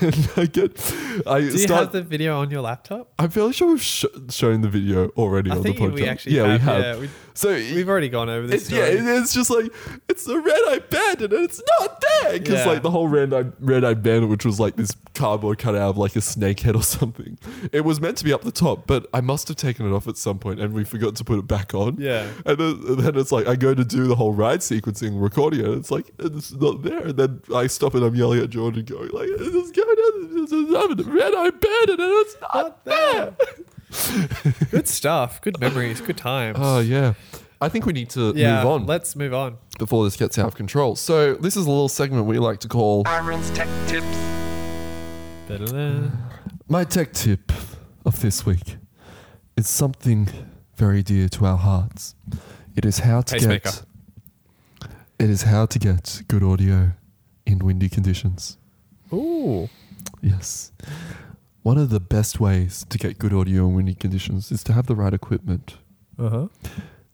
S2: and I get. I
S1: Do you
S2: start,
S1: have the video on your laptop?
S2: I'm fairly sure we've sh- shown the video already
S1: I
S2: on
S1: think
S2: the podcast.
S1: we actually
S2: yeah,
S1: have,
S2: we have.
S1: yeah, we-
S2: so
S1: We've already gone over this.
S2: it's, yeah,
S1: story.
S2: it- it's just like it's a red eye bandit, and it's not there because
S1: Yeah.
S2: like the whole red eye red eye bandit, which was like this cardboard cut out of like a snake head or something. It was meant to be up the top, but I must have taken it off at some point, and we forgot to put it back on.
S1: Yeah.
S2: and then, and then it's like I go to do the whole ride sequencing, recording it. And it's like it's not there, and then I stop and I'm yelling at Jordan, going like, "It's going down, it's a red eye bandit, and it's not, there.
S1: Good stuff. Good memories. Good times.
S2: Oh yeah. I think we need to
S1: yeah.
S2: move on
S1: Let's move on.
S2: before this gets out of control. So this is a little segment we like to call
S5: Aaron's tech tips.
S2: my tech tip of this week. It's something very dear to our hearts. It is how to
S1: Pacemaker.
S2: get it is how to get good audio in windy conditions.
S1: Ooh.
S2: Yes. One of the best ways to get good audio in windy conditions is to have the right equipment.
S1: Uh huh.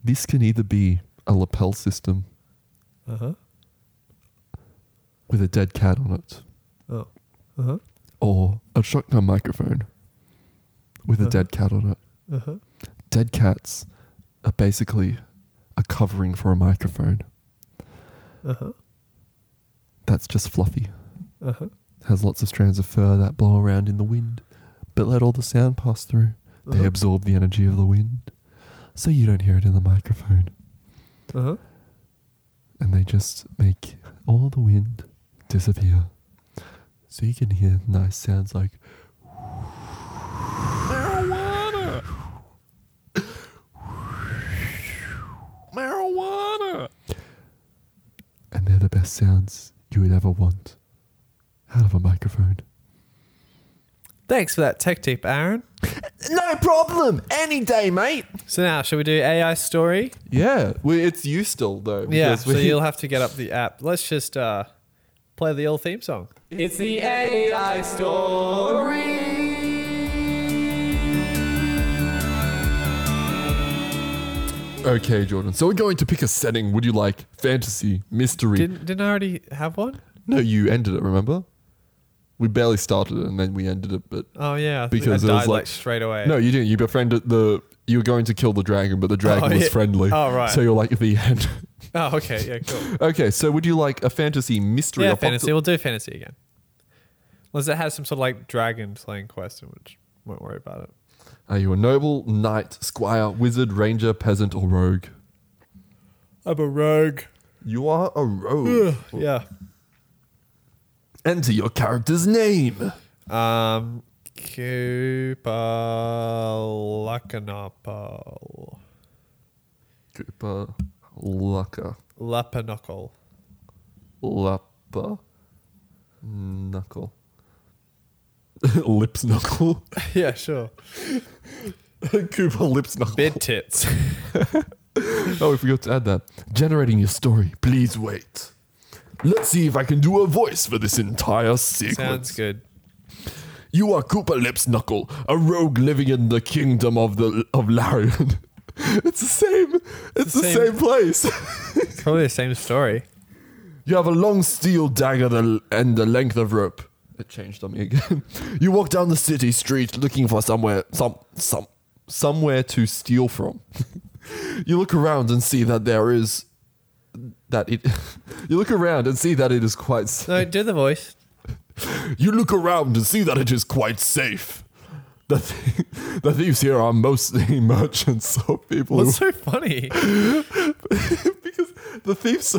S2: This can either be a lapel system
S1: Uh huh.
S2: with a dead cat on it.
S1: Oh. Uh huh.
S2: or a shotgun microphone with a dead cat on it.
S1: Uh-huh.
S2: Dead cats are basically a covering for a microphone.
S1: Uh huh.
S2: That's just fluffy.
S1: Uh huh.
S2: Has lots of strands of fur that blow around in the wind, but let all the sound pass through. They
S1: Uh-huh.
S2: absorb the energy of the wind, so you don't hear it in the microphone,
S1: Uh
S4: Uh-huh.
S1: huh.
S2: and they just make all the wind disappear. So you can hear nice sounds like
S4: Marijuana. Marijuana.
S2: and they're the best sounds you would ever want out of a microphone.
S1: Thanks for that tech tip, Aaron.
S2: No problem, any day, mate.
S1: So now, should we do AI story?
S2: Yeah, well, it's you still though.
S1: Yeah.
S2: because
S1: So
S2: we-
S1: you'll have to get up the app. Let's just uh, play the old theme song.
S6: It's the AI story.
S2: Okay, Jordan. So we're going to pick a setting. Would you like fantasy, mystery?
S6: Didn't didn't I already have one?
S2: no, you ended it. Remember, we barely started it and then we ended it. But
S6: Oh yeah, I think
S2: because
S6: I
S2: it
S6: died
S2: was like,
S6: straight away.
S2: No, you didn't. You befriended the. You were going to kill the dragon, but the dragon
S6: Oh,
S2: was
S6: yeah.
S2: friendly.
S6: Oh, right.
S2: So you're like the end.
S6: Oh okay, yeah, cool.
S2: okay, so would you like a fantasy mystery?
S6: yeah,
S2: or pop-
S6: fantasy. We'll do fantasy again. Unless it has some sort of like dragon slaying quest, in which won't worry about it.
S2: Are you a noble, knight, squire, wizard, ranger, peasant, or rogue?
S6: I'm a rogue.
S2: You are a rogue.
S6: Yeah.
S2: Enter your character's name.
S6: Um, Koopa Lapanocle.
S2: Cooper, Lucker,
S6: Lapanocle.
S2: Lapper, Knuckle. Lips Knuckle.
S6: Yeah, sure.
S2: Cooper Lips Knuckle.
S6: Bid tits.
S2: Oh, we forgot to add that. Generating your story. Please wait. Let's see if I can do a voice for this entire sequence.
S6: Sounds good.
S2: You are Cooper Lips Knuckle, a rogue living in the kingdom of the of Larian. it's the same. It's the,
S6: same-
S2: same. place.
S6: Probably the same story.
S2: you have a long steel dagger the- and the length of rope. It changed on me again. you walk down the city street looking for somewhere some some somewhere to steal from. you look around and see that there is that it. you look around and see that it is quite. s-
S6: No, do the voice.
S2: You look around and see that it is quite safe. The, th- the thieves here are mostly merchants or people. who-
S6: What's so funny?
S2: because the thieves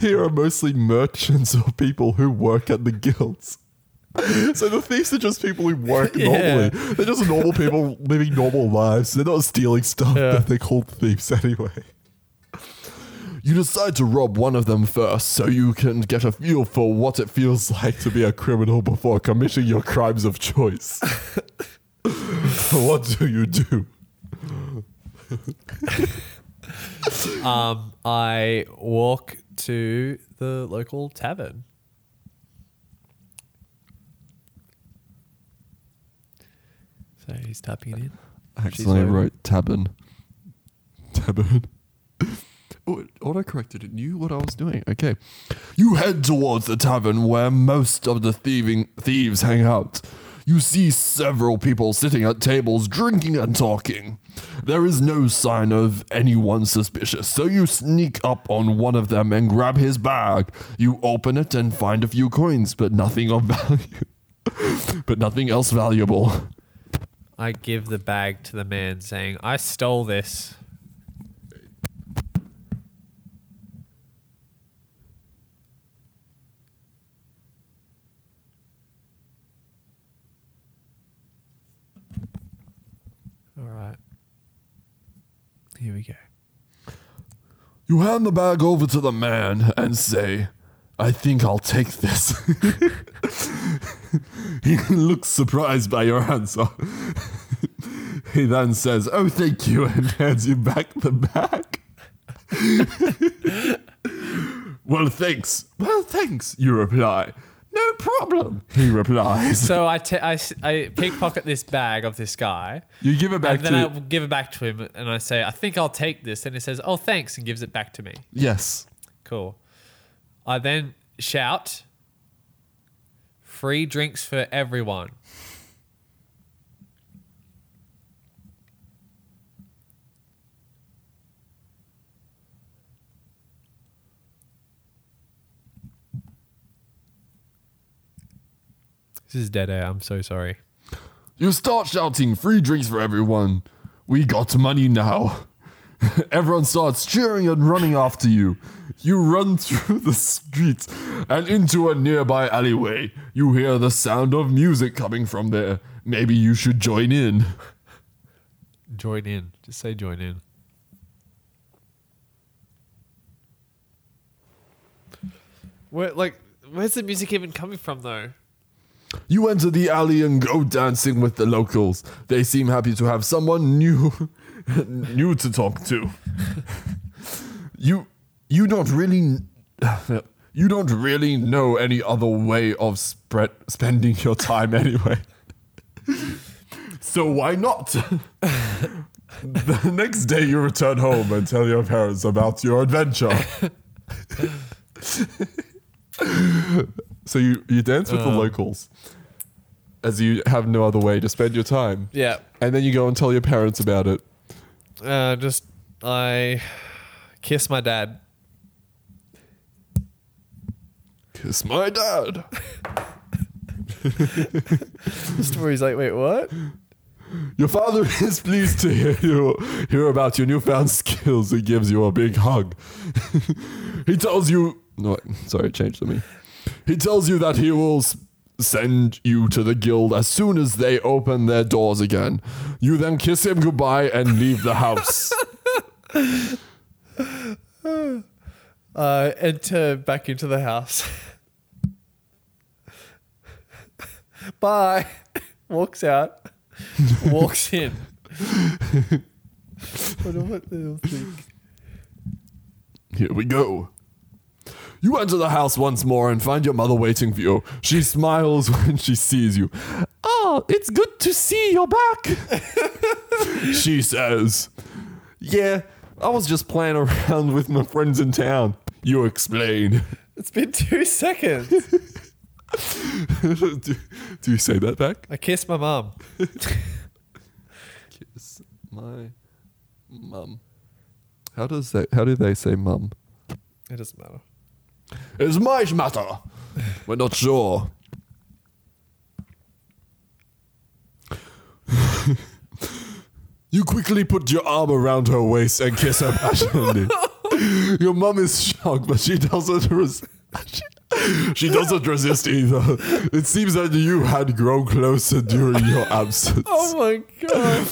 S2: here are mostly merchants or people who work at the guilds. So the thieves are just people who work normally. They're just normal people living normal lives. They're not stealing stuff,
S6: Yeah.
S2: but they're called thieves anyway. You decide to rob one of them first so you can get a feel for what it feels like to be a criminal before committing your crimes of choice. what do you do?
S11: Um,
S6: I walk to the local tavern. So he's tapping it in.
S2: I
S6: She's
S2: accidentally
S6: over.
S2: wrote tabern. Tabern. oh, it auto-corrected. It knew what I was doing. Okay. You head towards the tavern where most of the thieving thieves hang out. You see several people sitting at tables drinking and talking. There is no sign of anyone suspicious, so you sneak up on one of them and grab his bag. You open it and find a few coins, but nothing of value. but nothing else valuable.
S6: I give the bag to the man, saying, "I stole this." All right. Here we go.
S2: You hand the bag over to the man and say, I think I'll take this. he looks surprised by your answer. he then says, Oh, thank you, and hands you back the bag. well, thanks. Well, thanks, you reply. No problem, he replies.
S6: So I, t- I, s- I pickpocket this bag of this guy.
S2: You give it back
S6: And then I
S2: to.
S6: give it back to him and I say, I think I'll take this. And he says, Oh, thanks, and gives it back to me.
S2: Yes.
S6: Cool. I then shout, free drinks for everyone. This is dead air. I'm so sorry.
S2: You start shouting free drinks for everyone. We got money now. Everyone starts cheering and running after you. You run through the streets and into a nearby alleyway. You hear the sound of music coming from there. Maybe you should join in.
S6: Join in. Just say join in. Where, like, where's the music even coming from, though?
S2: You enter the alley and go dancing with the locals. They seem happy to have someone new new to talk to. you you don't really you don't really know any other way of spread, spending your time anyway. so why not? The next day you return home and tell your parents about your adventure. so you, you dance with the locals as you have no other way to spend your time.
S6: Yeah.
S2: And then you go and tell your parents about it.
S6: Uh, just I kiss my dad.
S2: Kiss my dad.
S6: Story's Oh, like, wait, what?
S2: Your father is pleased to hear you hear about your newfound skills and gives you a big hug. he tells you no, sorry, change to me. He tells you that he will s- send you to the guild as soon as they open their doors again. You then kiss him goodbye and leave the house.
S6: Uh, enter back into the house. Bye. Walks out. Walks in. Wonder what they'll think.
S2: Here we go. You enter the house once more and find your mother waiting for you. She smiles when she sees you. Oh, it's good to see you're back. she says, Yeah, I was just playing around with my friends in town. You explain.
S6: It's been two seconds.
S2: do, do you say that back?
S6: I kissed my mum.
S1: Kiss
S2: My mum. How does they how do they say mum?
S6: It doesn't matter.
S2: It's my matter. We're not sure. you quickly put your arm around her waist and kiss her passionately. your mum is shocked, but she doesn't res- she- she doesn't resist either. It seems that you had grown closer during your absence.
S6: Oh my god.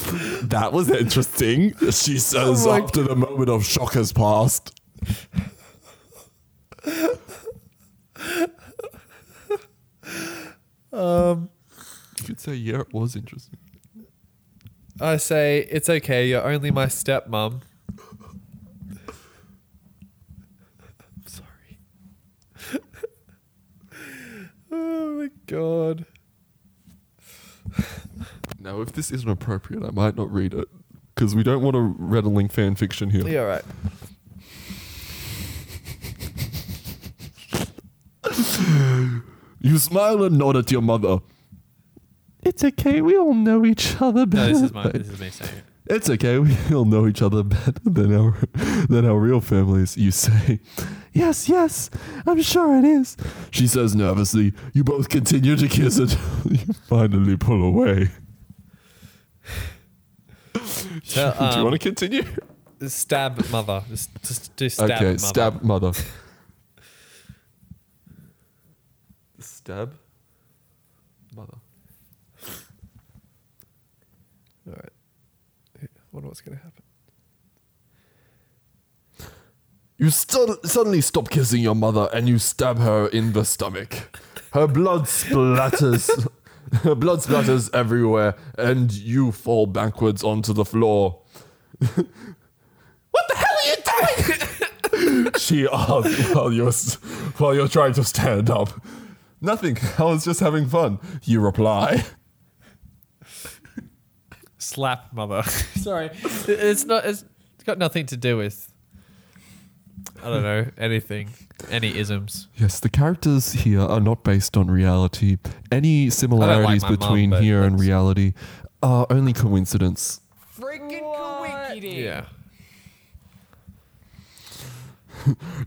S2: That was interesting. She says
S6: Oh my
S2: after the moment of shock has passed.
S6: Um,
S1: You could say, yeah, it was interesting.
S6: I say, it's okay, you're only my stepmom. I'm sorry. oh my god.
S1: Now, if this isn't appropriate, I might not read it because we don't want to rattling fan fiction here.
S6: You're right.
S2: You smile and nod at your mother.
S1: It's okay. We all know each other
S12: No,
S1: better.
S12: this is my. This is me saying it.
S2: It's okay, we all know each other better than our than our real families, you say.
S1: Yes, yes. I'm sure it is.
S2: She says nervously. You both continue to kiss until you finally pull away.
S6: So,
S2: Do you
S6: um,
S2: want to continue?
S6: Stab mother. Just, just do stab
S2: okay,
S6: mother.
S2: stab mother.
S1: Stab. Mother.
S6: All right. I wonder what's going to happen.
S2: You stud- suddenly stop kissing your mother and you stab her in the stomach. Her blood splatters. her blood splatters everywhere, and you fall backwards onto the floor. what the hell are you doing? she asks while you're s- while you're trying to stand up. Nothing. I was just having fun. You reply.
S6: Slap mother. Sorry. It- It's not. It's got nothing to do with. I don't know anything. Any isms.
S1: Yes, the characters here are not based on reality. Any similarities
S12: my mum,
S1: between
S12: but
S1: here and reality are only coincidence.
S6: Yeah.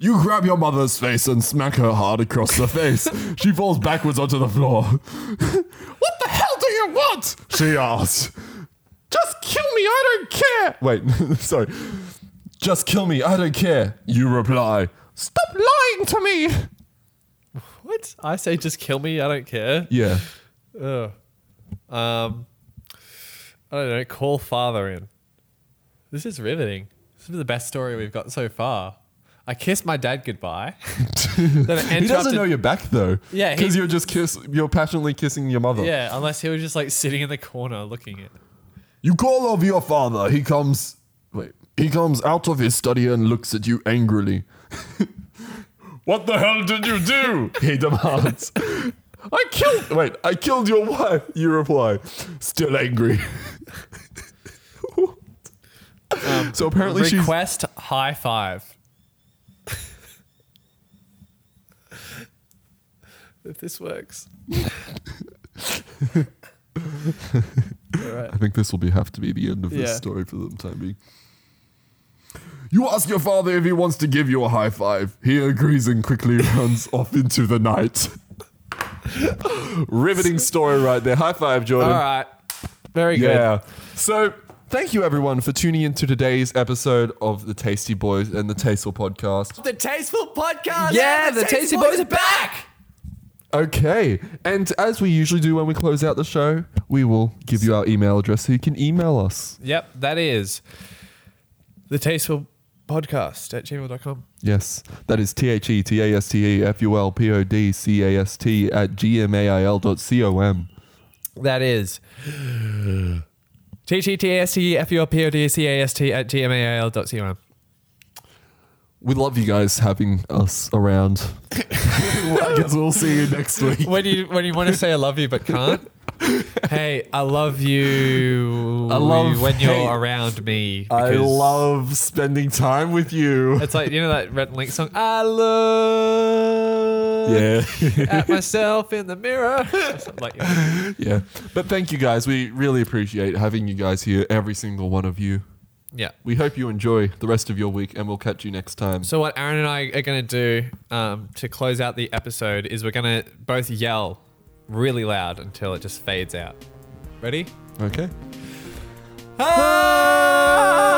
S2: You grab your mother's face and smack her hard across the face. she falls backwards onto the floor. what the hell do you want? She asks. Just kill me, I don't care. Wait, sorry. Just kill me, I don't care. You reply. Stop lying to me.
S6: What? I say just kill me. I don't care.
S2: Yeah.
S6: Ugh. Um, I don't know. Call father in. This is riveting. This is the best story we've got so far. I kissed my dad goodbye. then I
S2: He doesn't
S6: interrupted-
S2: know you're back though.
S6: Yeah, he-
S2: Because you're just kiss you're passionately kissing your mother.
S6: Yeah, unless he was just like sitting in the corner looking at.
S2: You call over your father. He comes. Wait. He comes out of his study and looks at you angrily. what the hell did you do? he demands. I killed. Wait. I killed your wife. You reply, still angry. So apparently she's
S6: Request high five. if this works. All right.
S2: I think this will be have to be the end of
S6: Yeah.
S2: this story for the time being. You ask your father if he wants to give you a high five. He agrees and quickly runs off into the night. Riveting story right there. High five, Jordan.
S6: All right. Very good.
S2: um, Yeah. So thank you everyone for tuning in to today's episode of the Tasty Boys and the Tasteful Podcast.
S13: The Tasteful Podcast.
S6: Yeah, the Tasty Boys are back.
S2: Okay. And as we usually do when we close out the show, we will give you our email address so you can email us.
S6: Yep, that is the tasteful podcast at gmail.com.
S2: Yes. That is T H E T A S T E F U L P O D C A S T at G M A I L dot C O M.
S6: That is E T-T-T-A-S-T-F-U-R-P-O-D-C-A-S-T at G-M-A-I-L dot C-O-M.
S2: We love you guys having us around. I guess we'll see you next week.
S6: When you, when you want to say I love you but can't, hey, I love you I
S2: love-
S6: when you're
S2: hey,
S6: around me.
S2: I
S6: because
S2: love spending time with you.
S6: It's like, you know that Red Link song? I love
S2: Yeah.
S6: at myself in the mirror. like, yeah.
S2: Yeah. But thank you guys. We really appreciate having you guys here, every single one of you.
S6: yeah.
S2: We hope you enjoy the rest of your week and we'll catch you next time.
S6: So what Aaron and I are going to do um, to close out the episode is we're going to both yell really loud until it just fades out. Ready?
S2: Okay.
S6: Ah!
S2: Ah!